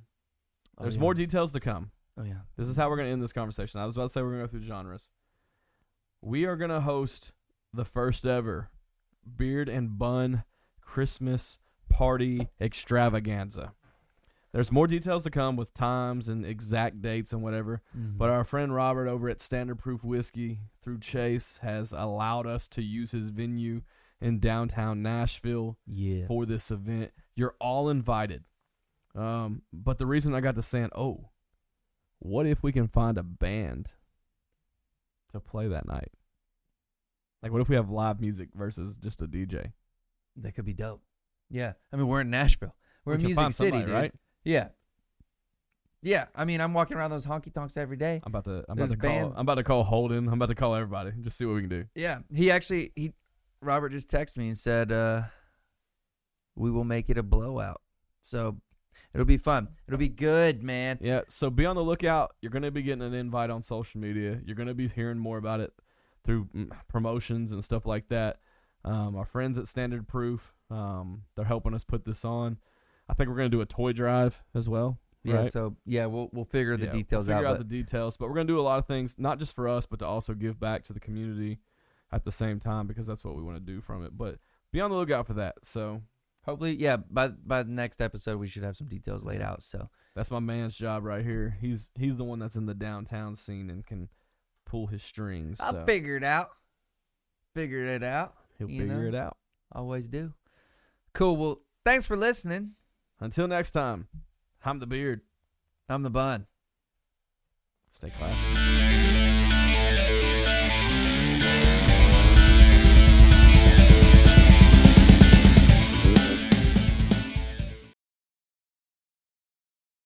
Speaker 1: Oh,
Speaker 2: There's
Speaker 1: yeah.
Speaker 2: more details to come.
Speaker 1: Oh yeah.
Speaker 2: This is how we're going to end this conversation. I was about to say we're going to go through genres. We are going to host the first ever Beard and Bun Christmas Party Extravaganza. There's more details to come with times and exact dates and whatever.
Speaker 1: Mm-hmm.
Speaker 2: But uh, our friend Robert over at Standard Proof Whiskey through Chase has allowed us to use his venue in downtown Nashville
Speaker 1: yeah.
Speaker 2: for this event. You're all invited. Um, but the reason I got to saying, oh, what if we can find a band to play that night? Like, what if we have live music versus just a DJ?
Speaker 1: That could be dope. Yeah. I mean, we're in Nashville. We're in
Speaker 2: can
Speaker 1: Music
Speaker 2: find
Speaker 1: City,
Speaker 2: somebody,
Speaker 1: dude.
Speaker 2: right?
Speaker 1: Yeah. Yeah. I mean, I'm walking around those honky tonks every day.
Speaker 2: I'm about to. I'm
Speaker 1: There's
Speaker 2: about to call.
Speaker 1: bands-
Speaker 2: I'm about to call Holden. I'm about to call everybody. Just see what we can do.
Speaker 1: Yeah. He actually, he, Robert just texted me and said, uh, we will make it a blowout. So it'll be fun. It'll be good, man.
Speaker 2: Yeah. So be on the lookout. You're gonna be getting an invite on social media. You're gonna be hearing more about it through mm, promotions and stuff like that. Um, our friends at Standard Proof, um, they're helping us put this on. I think we're gonna do a toy drive as well.
Speaker 1: Yeah.
Speaker 2: Right.
Speaker 1: So, yeah, we'll, we'll figure the
Speaker 2: Yeah, we'll
Speaker 1: details
Speaker 2: figure
Speaker 1: out.
Speaker 2: out
Speaker 1: but
Speaker 2: the details, but we're gonna do a lot of things, not just for us, but to also give back to the community at the same time because that's what we want to do from it. But be on the lookout for that. So
Speaker 1: hopefully, yeah, by, by the next episode, we should have some details laid out. So,
Speaker 2: That's my man's job right here. He's he's the one that's in the downtown scene and can pull his strings.
Speaker 1: I'll
Speaker 2: so
Speaker 1: figure it out. Figured it out.
Speaker 2: he'll
Speaker 1: you
Speaker 2: figure
Speaker 1: know.
Speaker 2: it out.
Speaker 1: Always do. Cool. Well, thanks for listening.
Speaker 2: Until next time, I'm the beard.
Speaker 1: I'm the bun.
Speaker 2: Stay classy.